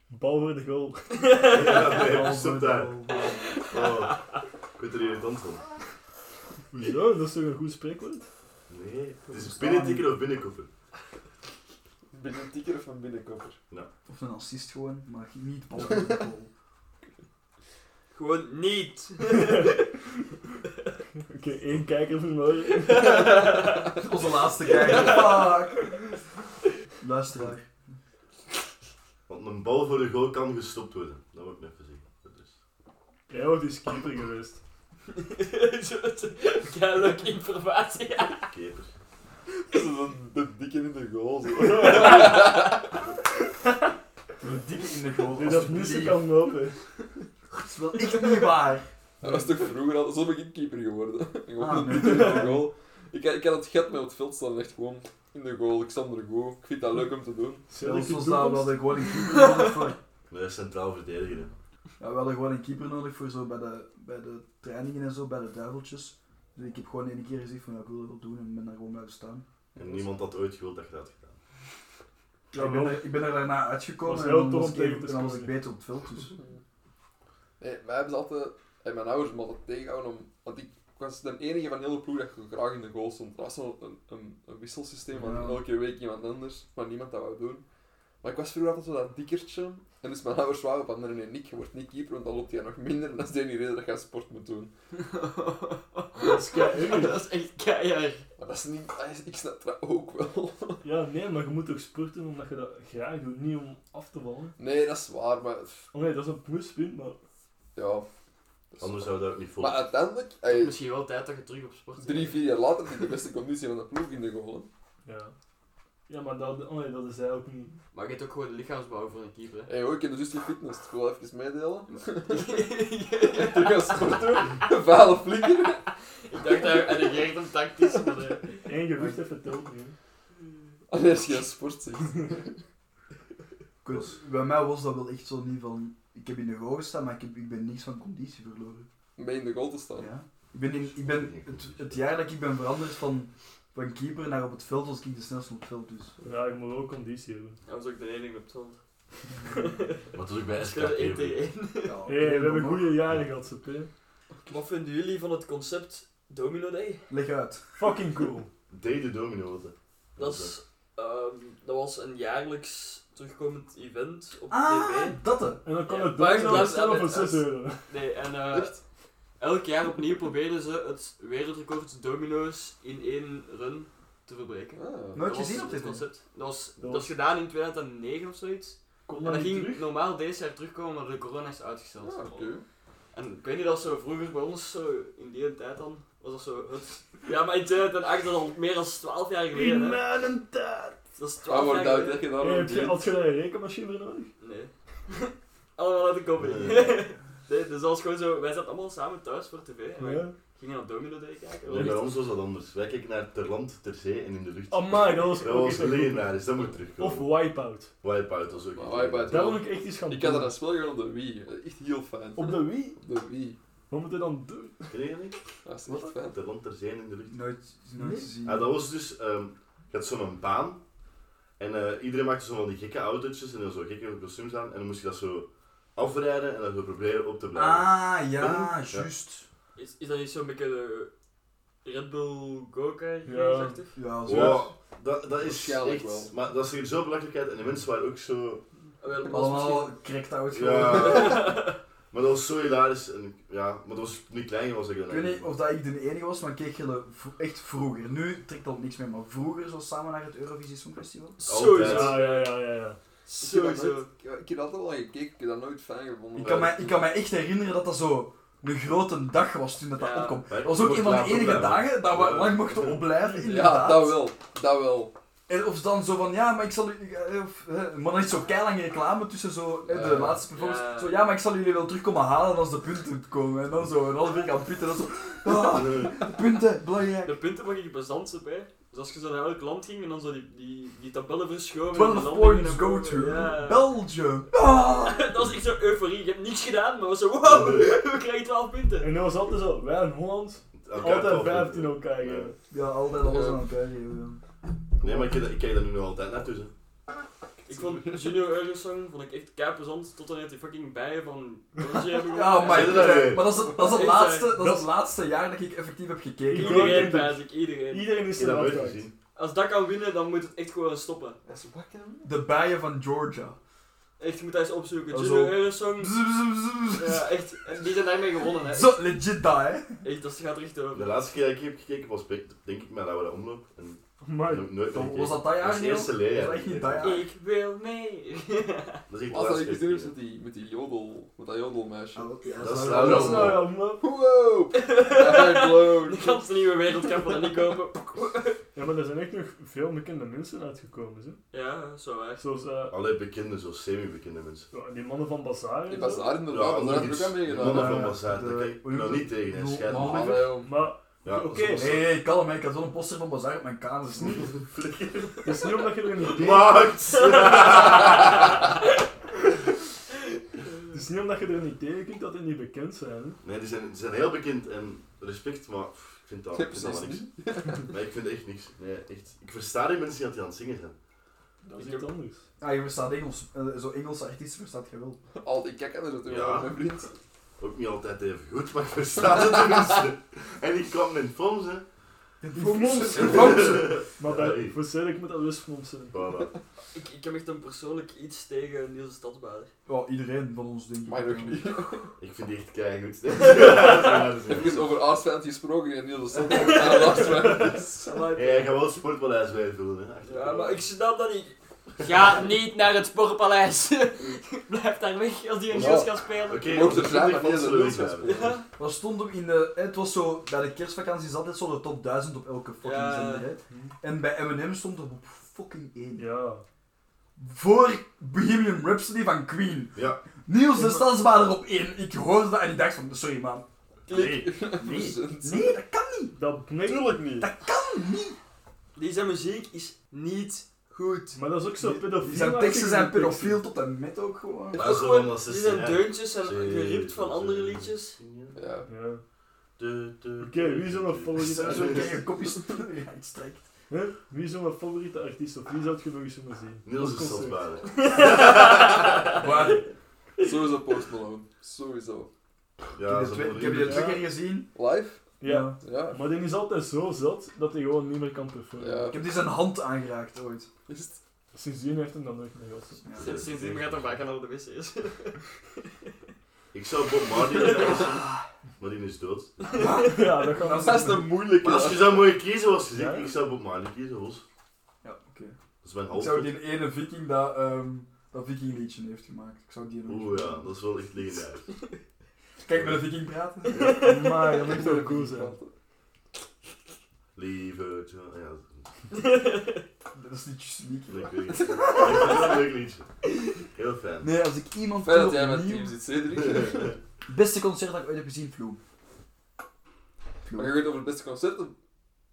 Speaker 2: Bal voor de goal.
Speaker 4: [LAUGHS]
Speaker 2: [LAUGHS]
Speaker 4: Ja, nee, stop daar. Oh, ik word er irritant van.
Speaker 2: Hoezo? Dat is toch een goed spreekwoord?
Speaker 4: Nee, het is binnentikker of binnenkoffer.
Speaker 5: Binnen een tikker of een binnenkopper?
Speaker 3: Of een assist gewoon, maar
Speaker 2: [LAUGHS]
Speaker 3: niet bal voor de goal.
Speaker 1: Gewoon niet.
Speaker 2: Oké, één kijker vermoorden.
Speaker 3: Onze laatste [LAUGHS] kijker. Fuck. Luisteraar.
Speaker 4: Want een bal voor de goal kan gestopt worden. Dat moet ik nog even zeggen. Dat is...
Speaker 2: Jij wordt dus keeper geweest.
Speaker 1: Ja, leuke informatie.
Speaker 4: Keper.
Speaker 5: Dat is een de dikke in de goal. Zo.
Speaker 3: Dik in de goal.
Speaker 2: Die dat niet zo kan lopen.
Speaker 3: Dat is wel echt niet [LAUGHS] waar.
Speaker 5: Dat was toch vroeger al, zo ben ik keeper geworden. [LAUGHS] Gewoon
Speaker 3: Ah,
Speaker 5: een
Speaker 3: nee.
Speaker 5: dikke in de goal. Ik, had- ik had het gat met op het veld staan, echt gewoon in de goal. Ik stond er goed. Ik vind dat leuk om te doen.
Speaker 2: Zelfs
Speaker 3: Zelfs
Speaker 2: in de
Speaker 3: was daar wel
Speaker 2: toekomst.
Speaker 3: de gewoon een keeper nodig voor.
Speaker 4: Maar dat is centraal verdediger. hè.
Speaker 3: Ja, we hadden gewoon een keeper nodig voor zo bij de, bij de trainingen en zo, bij de duiveltjes. Dus ik heb gewoon één keer gezegd van ja, ik wil dat wel doen en ben daar gewoon blijven staan.
Speaker 4: En niemand had ooit gewild dat je dat had gedaan.
Speaker 3: Ja, ik, ben er, ik ben er daarna uitgekomen
Speaker 2: Was
Speaker 3: en
Speaker 2: heel
Speaker 3: dan
Speaker 2: tof
Speaker 3: was,
Speaker 2: om
Speaker 3: ik,
Speaker 2: tegen
Speaker 3: even-
Speaker 2: te
Speaker 3: en dan was ik
Speaker 2: scoren.
Speaker 3: beter op het veld. Dus.
Speaker 5: Nee, wij hebben ze altijd... En mijn ouders me altijd tegenhouden om... Want ik was de enige van de hele ploeg dat graag in de goal stond. Er was zo'n een, een, een wisselsysteem van
Speaker 3: Ja.
Speaker 5: elke week iemand anders, maar niemand dat wou doen. Maar ik was vroeger altijd zo dat dikkertje. En dus mijn ouders waren van, nee, nee, Nick, je wordt niet keeper, want dan loopt hij nog minder. En dat is de enige reden dat je aan sport moet doen.
Speaker 2: Dat is kei erg.
Speaker 1: Dat is echt keihard.
Speaker 5: Maar dat is niet... dat is- Ik snap dat ook wel. [LAUGHS]
Speaker 2: Ja, nee, maar je moet toch sporten omdat je dat graag doet, niet om af te vallen.
Speaker 5: Nee, dat is waar, maar... pff,
Speaker 2: Oh nee, dat is een pluspunt, maar...
Speaker 5: Ja. dat is-
Speaker 4: Anders zou dat ook niet
Speaker 5: Maar
Speaker 4: volgen.
Speaker 5: uiteindelijk... ey,
Speaker 1: Misschien wel tijd dat je terug op sport
Speaker 5: drie, vier jaar later heb ik de beste conditie van de ploeg in de goal. hè.
Speaker 2: Ja. Ja, maar dat, oh nee, dat is hij ook niet.
Speaker 1: Maar je hebt ook gewoon de lichaamsbouw voor een keeper. [LAUGHS] hè.
Speaker 5: Hey, hoor, ik heb dus juist die fitness. Ik wil even meedelen.
Speaker 1: ik
Speaker 5: Terug gaan sport doen. Een vuile flikker.
Speaker 1: dacht dat hij reageert hem tactisch, maar eh,
Speaker 2: Eén gewicht heeft het ook niet.
Speaker 5: Allee, als je aan sport zegt.
Speaker 3: Kut, Dus bij mij was dat wel echt zo niet van. Ik heb in de goal gestaan, maar ik, heb, ik ben niks van conditie verloren.
Speaker 5: Om mee in de goal te staan.
Speaker 3: Ja. Ik ben, in, Oh. ik ben het, het jaar dat ik ben veranderd van, van keeper naar op het veld was ik de snelste op het veld. Dus.
Speaker 2: Ja, je moet wel conditie hebben.
Speaker 1: Hij was ook de enige op het [LAUGHS] veld.
Speaker 4: Maar het is ook bij SK
Speaker 1: Spelen één tegen
Speaker 4: Keper.
Speaker 1: één.
Speaker 3: Ja, oké,
Speaker 2: Hé, hey, we hebben
Speaker 3: maar-
Speaker 2: goede jaren gehad, CP.
Speaker 1: Wat vinden jullie van het concept Domino Day?
Speaker 3: Leg uit.
Speaker 2: Fucking cool.
Speaker 4: Deed de domino wat.
Speaker 1: Dat, is, ehm, dat was een jaarlijks terugkomend event op tv.
Speaker 3: [LAUGHS] Ah, dat hè.
Speaker 2: En dan kan
Speaker 1: Ja,
Speaker 2: het
Speaker 1: buiten
Speaker 2: buiten
Speaker 1: dat-
Speaker 2: bestellen voor
Speaker 1: dat-
Speaker 2: 6 euro.
Speaker 1: Nee, en eh, Elk jaar opnieuw proberen ze het wereldrecord domino's in één run te verbreken.
Speaker 5: Ah.
Speaker 3: Nooit
Speaker 1: Dat was
Speaker 3: gezien op
Speaker 1: het
Speaker 3: tv.
Speaker 1: concept. Dat was, dat
Speaker 2: was-
Speaker 1: was gedaan in 2009 of zoiets.
Speaker 2: Kom
Speaker 1: en
Speaker 2: dan
Speaker 1: dat
Speaker 2: niet
Speaker 1: ging
Speaker 2: terug.
Speaker 1: normaal deze jaar terugkomen, maar de corona is uitgesteld.
Speaker 5: Ah, oké.
Speaker 1: En ik weet niet, dat was zo vroeger bij ons, zo, in die tijd dan, was dat zo het... [LAUGHS] Ja, maar in 2008, dat is al meer dan 12 jaar geleden,
Speaker 2: In
Speaker 1: hè.
Speaker 2: mijn tijd!
Speaker 1: Dat is
Speaker 5: Ah,
Speaker 1: 12
Speaker 5: maar
Speaker 1: jaar
Speaker 5: dat
Speaker 1: geleden.
Speaker 5: leg je
Speaker 2: Hey,
Speaker 5: daarom
Speaker 2: heb je,
Speaker 5: in.
Speaker 2: had je daar een rekenmachine voor nodig?
Speaker 1: Nee. [LAUGHS] Allemaal uit de comedy.
Speaker 4: Nee.
Speaker 1: [LAUGHS] Nee, dus dat was gewoon zo, wij zaten allemaal samen thuis voor tv en wij
Speaker 2: Ja.
Speaker 1: gingen naar Domino Day kijken.
Speaker 4: Nee, bij ons was dat anders. Wij kijken naar ter land, ter zee en in de lucht.
Speaker 2: Amai, dat was
Speaker 4: dat
Speaker 2: ook
Speaker 4: was
Speaker 2: echt een
Speaker 4: legendarisch, dat moet terugkomen.
Speaker 2: Of Wipeout.
Speaker 4: Wipeout was ook
Speaker 5: Maar
Speaker 4: echt
Speaker 5: Wipeout-
Speaker 4: legendarisch.
Speaker 2: Daar moet ik echt iets gaan
Speaker 5: Ik had dat
Speaker 2: doen.
Speaker 5: een spel gedaan op de Wii. Echt heel fijn.
Speaker 2: Op de Wii?
Speaker 5: Op de Wii.
Speaker 2: Wat moeten we dan doen?
Speaker 4: Ken je dat niet?
Speaker 5: Dat is echt fijn.
Speaker 4: Ter land, ter zee en in de lucht.
Speaker 3: Nooit, nooit
Speaker 2: Nee.
Speaker 3: gezien.
Speaker 4: Ja, dat was dus, ehm, je had zo'n baan en eh, iedereen maakte zo van die gekke autootjes en dan zo gekke kostuums aan en dan moest je dat zo afrijden en dan zo proberen op te blijven.
Speaker 3: Ah,
Speaker 4: Ja.
Speaker 3: ja, juist.
Speaker 1: Is, is dat niet zo'n beetje de Red Bull Go-Kart
Speaker 2: Ja.
Speaker 1: race-achtig?
Speaker 3: Ja, zo.
Speaker 4: Wow, dat, dat is
Speaker 5: Waarschijnlijk
Speaker 4: echt,
Speaker 5: wel.
Speaker 4: maar dat is hier zo belachelijk uit en de mensen waren ook zo,
Speaker 1: Ah, wel, dat was [LAUGHS] misschien-
Speaker 3: Allemaal cracked out
Speaker 4: ja,
Speaker 3: geworden.
Speaker 4: maar dat was zo hilarisch en ik- ja, maar dat was niet klein was ik dan.
Speaker 3: Ik weet niet of dat ik de enige was, maar ik keek hele vro- echt vroeger. Nu trekt dat niks meer, maar vroeger zo samen naar het Eurovisie Songfestival.
Speaker 1: Sowieso.
Speaker 4: Altijd.
Speaker 2: Ja, ja, ja, ja. ja.
Speaker 1: Sowieso.
Speaker 5: Ik heb dat nooit- Ik heb altijd wel gekeken, ik heb dat nooit fijn gevonden.
Speaker 3: Ik kan, mij, ik kan mij echt herinneren dat dat zo een grote dag was toen dat, dat
Speaker 1: Ja.
Speaker 3: opkwam.
Speaker 4: Maar
Speaker 3: Dat was
Speaker 4: ik
Speaker 3: ook een
Speaker 4: mocht
Speaker 3: van de
Speaker 4: later
Speaker 3: enige
Speaker 4: blijven.
Speaker 3: dagen dat we
Speaker 4: Ja.
Speaker 3: lang mochten opblijven,
Speaker 5: Ja,
Speaker 3: inderdaad.
Speaker 5: dat wel. Dat wel.
Speaker 3: En of ze dan zo van, ja, maar ik zal u... eh, Of, eh, maar dan is zo keilang reclame tussen zo, eh, de
Speaker 5: Ja.
Speaker 3: laatste performance.
Speaker 1: Ja.
Speaker 3: Zo, ja, maar ik zal jullie wel terugkomen halen als de punten komen. En dan zo een half uur gaan putten. En dan zo, ah, punten, belangrijk.
Speaker 1: De punten mag ik bezant ze bij. Dus als je zo naar elk land ging en dan zo die, die, die tabellen verschoven.
Speaker 3: 12 points go to
Speaker 1: Ja.
Speaker 3: Belgium.
Speaker 1: [LAUGHS]
Speaker 3: Ah.
Speaker 1: dat was echt zo euforie. Je hebt niks gedaan, maar was zo wow, [LAUGHS] we krijgen 12 punten.
Speaker 2: En dat was altijd zo, wij in Holland,
Speaker 4: Elkaar
Speaker 2: altijd
Speaker 4: kopen.
Speaker 2: 15 elkaar
Speaker 4: Ja.
Speaker 2: geven.
Speaker 3: Ja, altijd alles
Speaker 5: Ja.
Speaker 3: aan elkaar geven.
Speaker 4: Nee, maar ik, kijk- ik kijk daar nu nog altijd dus, naar tussen.
Speaker 1: Ik vond
Speaker 3: [LAUGHS]
Speaker 1: Junior Eurosong vond ik echt kei plezant, tot dan net die fucking bijen van België hebben
Speaker 3: [LAUGHS] Ja, maar,
Speaker 4: Zitten daar weer?
Speaker 3: maar dat is, het- dat is het
Speaker 1: Echt, eh,
Speaker 3: laatste, dat is
Speaker 2: dat-
Speaker 3: het laatste jaar dat ik effectief heb gekeken.
Speaker 2: Ik ook.
Speaker 1: Iedereen pijs ik, iedereen.
Speaker 2: Iedereen is
Speaker 4: Ik heb
Speaker 2: er
Speaker 4: dat nooit
Speaker 2: afgehaakt.
Speaker 4: gezien.
Speaker 1: Als dat kan winnen, dan moet het echt gewoon stoppen.
Speaker 5: Dat is wakker.
Speaker 3: De bijen van Georgia.
Speaker 1: Echt, je moet dat eens opzoeken.
Speaker 3: Dat is
Speaker 1: Junior
Speaker 3: al-
Speaker 1: Eurosong. Ja, echt. En die zijn daarmee gewonnen, hè.
Speaker 3: Zo, legit dat, hè.
Speaker 1: Echt, dat gaat er echt
Speaker 4: De
Speaker 1: over.
Speaker 4: laatste keer dat ik heb gekeken was, bij- denk ik, met Laura Omloop. En
Speaker 2: [LAUGHS] Maar
Speaker 4: ik heb nooit meer
Speaker 3: Dan
Speaker 4: gekeken.
Speaker 3: was dat dat jaar,
Speaker 4: Dat is het
Speaker 3: Neil?
Speaker 4: eerste leerjaar.
Speaker 3: Dat is echt niet dat jaar.
Speaker 1: Ik wil mee.
Speaker 4: Dat is echt de
Speaker 5: Als dat
Speaker 4: laatste
Speaker 5: ik
Speaker 4: keer.
Speaker 5: eens doe, is met die, met die jodel, met dat
Speaker 3: Oh.
Speaker 5: jodelmeisje.
Speaker 3: Ah,
Speaker 4: Dat is
Speaker 2: dat
Speaker 4: nou-
Speaker 2: is nou ja, maar-
Speaker 5: [LAUGHS] Wow! Mind blown.
Speaker 1: De ganse nieuwe wereldcup van niet kopen.
Speaker 2: Ja, maar er zijn echt nog veel bekende mensen uitgekomen. Zo.
Speaker 1: Ja, zo waar.
Speaker 2: Zoals eh,
Speaker 4: Alleen bekende, zo semi-bekende mensen.
Speaker 2: ja, die mannen van Bazaar. en
Speaker 5: Ik was
Speaker 2: zo.
Speaker 5: daar
Speaker 4: Ja,
Speaker 5: inderdaad, daar
Speaker 4: nog
Speaker 5: heb ik ook
Speaker 4: iets.
Speaker 5: aan
Speaker 4: Die
Speaker 5: meegedaan.
Speaker 4: mannen van
Speaker 3: Ja,
Speaker 4: Bazaar, daar
Speaker 3: de-
Speaker 4: kijk ik nou niet tegen. Hij
Speaker 3: Nul-
Speaker 4: scheidt
Speaker 3: Nul-
Speaker 4: me.
Speaker 5: Ah, wel.
Speaker 2: Maar
Speaker 4: Ja,
Speaker 2: Oké.
Speaker 4: dat is wel
Speaker 3: Hé, hey, kalm, hè. ik had zo'n poster van Bazaar op mijn kamer [LAUGHS] staan.
Speaker 2: het is niet omdat je er niet
Speaker 4: [LAUGHS] zo.
Speaker 2: deed.
Speaker 4: Maakt!
Speaker 2: Het is niet omdat je er niet tegen kunt dat die niet bekend zijn. Hè.
Speaker 4: Nee, die zijn, die zijn heel bekend en respect, maar pff, ik vind dat,
Speaker 5: Ja,
Speaker 4: ik vind dat maar
Speaker 5: precies.
Speaker 4: niks. Nee, ik vind echt niks. Nee, echt. Ik versta die mensen die aan het- die aan het zingen zijn.
Speaker 2: Dat is
Speaker 1: Ik
Speaker 2: iets
Speaker 1: heb-
Speaker 3: [LAUGHS]
Speaker 2: anders.
Speaker 3: Ja, je verstaat Engels. eh, Zo Engelse artiesten verstaat je wel.
Speaker 5: Altijd kijk aan dat
Speaker 4: Ja.
Speaker 5: mijn vriend.
Speaker 4: Ook niet altijd even goed, maar ik versta het tenminste. En ik kwam met Foms, hè.
Speaker 2: [LAUGHS]
Speaker 3: [LAUGHS]
Speaker 2: Fomsen. Maar bij,
Speaker 4: Ja,
Speaker 2: voor Cedric moet dat wist zijn.
Speaker 4: Voilà.
Speaker 1: Ik, ik heb echt een persoonlijk iets tegen Niels de Stadsbader.
Speaker 3: Ja, iedereen van ons, denk ik.
Speaker 5: Mij nog niet.
Speaker 4: Ik vind die echt keigoed. [LAUGHS] Nee, dat is waar, dat is
Speaker 5: Even
Speaker 4: waar.
Speaker 5: over Aardfans gesproken en Niels de Stad. Ja, Aardfans.
Speaker 4: Hey, hij gaat wel sportpaleis bij vullen, hè. Achter-
Speaker 1: Ja, maar ik snap dat niet. Ga niet naar het Sportpaleis. [LAUGHS] Blijf daar weg als die een
Speaker 5: Ja.
Speaker 1: Niels gaat spelen.
Speaker 4: Oké,
Speaker 5: Mocht
Speaker 4: op de
Speaker 5: er zijn,
Speaker 4: 20
Speaker 5: maar
Speaker 4: van
Speaker 5: niet
Speaker 4: zullen we
Speaker 5: in de
Speaker 4: weggaan.
Speaker 5: wereld.
Speaker 1: Ja.
Speaker 3: Wat stond hem in de... Het was zo... Bij de kerstvakantie zat altijd zo de top 1000 op elke fucking
Speaker 1: Ja.
Speaker 3: zender, hè. En bij M&M stond er op fucking 1.
Speaker 2: Ja.
Speaker 3: Voor Bohemian Rhapsody van Queen.
Speaker 4: Ja.
Speaker 3: Niels de Stadsbader op 1. Ik hoorde dat en ik dacht van... Sorry, man.
Speaker 4: Nee.
Speaker 5: Verzend.
Speaker 3: Nee, dat kan
Speaker 2: Dat natuurlijk niet.
Speaker 3: niet.
Speaker 1: Deze muziek is niet goed.
Speaker 2: Maar dat is ook zo pedofiel.
Speaker 3: Die zijn teksten zijn pedofiel tot en met ook gewoon.
Speaker 4: Dat is wel
Speaker 1: Gewoon,
Speaker 4: omdat ze
Speaker 1: die zijn
Speaker 4: zeggen,
Speaker 1: deuntjes en
Speaker 4: Zeker.
Speaker 1: geript van andere liedjes.
Speaker 5: Ja.
Speaker 2: Ja.
Speaker 4: De- de-
Speaker 2: Oké, wie is er nog favoriete
Speaker 3: Zo
Speaker 2: artiest?
Speaker 3: krijg je kopjes [LAUGHS] uitstrekt.
Speaker 2: Hè? Wie is mijn favoriete artiest of wie zou het genoeg eens willen zien?
Speaker 4: Niels
Speaker 2: Op
Speaker 4: is
Speaker 2: concert.
Speaker 4: zelfs
Speaker 3: Maar
Speaker 5: Sowieso Post Malone. Sowieso.
Speaker 4: Ja,
Speaker 3: ik heb die
Speaker 4: ze
Speaker 3: twee-
Speaker 4: worden
Speaker 3: ik heb je
Speaker 4: niet-
Speaker 3: twee keer gezien.
Speaker 5: Live?
Speaker 2: Ja.
Speaker 5: Ja.
Speaker 2: Maar die is altijd zo zat dat hij gewoon niet meer kan performen.
Speaker 5: Ja.
Speaker 3: Ik heb die zijn hand aangeraakt ooit.
Speaker 5: Is het?
Speaker 3: [LAUGHS]
Speaker 2: Sindsdien heeft hij dan nooit meer gewassen.
Speaker 1: [LAUGHS] Sinds- Sindsdien gaat er vaak naar de wc's.
Speaker 4: Ik zou Bob Marley willen kiezen, maar die is dood.
Speaker 2: ja, dat
Speaker 5: Dat
Speaker 2: gaat
Speaker 5: is best een moeilijke.
Speaker 4: Maar als je zou mogen kiezen, was gezegd,
Speaker 2: Ja.
Speaker 4: ik zou Bob Marley kiezen, Hos.
Speaker 3: Ja, oké.
Speaker 4: Dat is mijn
Speaker 3: Ik zou
Speaker 4: halve.
Speaker 3: die ene viking dat, ehm dat vikingliedje heeft gemaakt. Ik zou die doen.
Speaker 4: Oeh ja, dat is wel echt legendarisch.
Speaker 3: Kijk met een viking praten.
Speaker 2: Maar dat moet wel cool zijn.
Speaker 4: Lieve John. oh Ja,
Speaker 3: Dat is niet sneaky.
Speaker 4: ik weet het niet.
Speaker 2: [LAUGHS]
Speaker 4: Ik vind het wel een leuk liedje. Heel fijn.
Speaker 3: Nee, als ik iemand
Speaker 5: Fijn dat
Speaker 3: wil
Speaker 5: jij met
Speaker 3: opnieuw-
Speaker 5: team zit,
Speaker 4: [LAUGHS]
Speaker 5: Cedric.
Speaker 3: Beste concert dat ik ooit heb gezien, Vloem.
Speaker 5: Maar je
Speaker 3: Vloem.
Speaker 5: weet over het beste concert,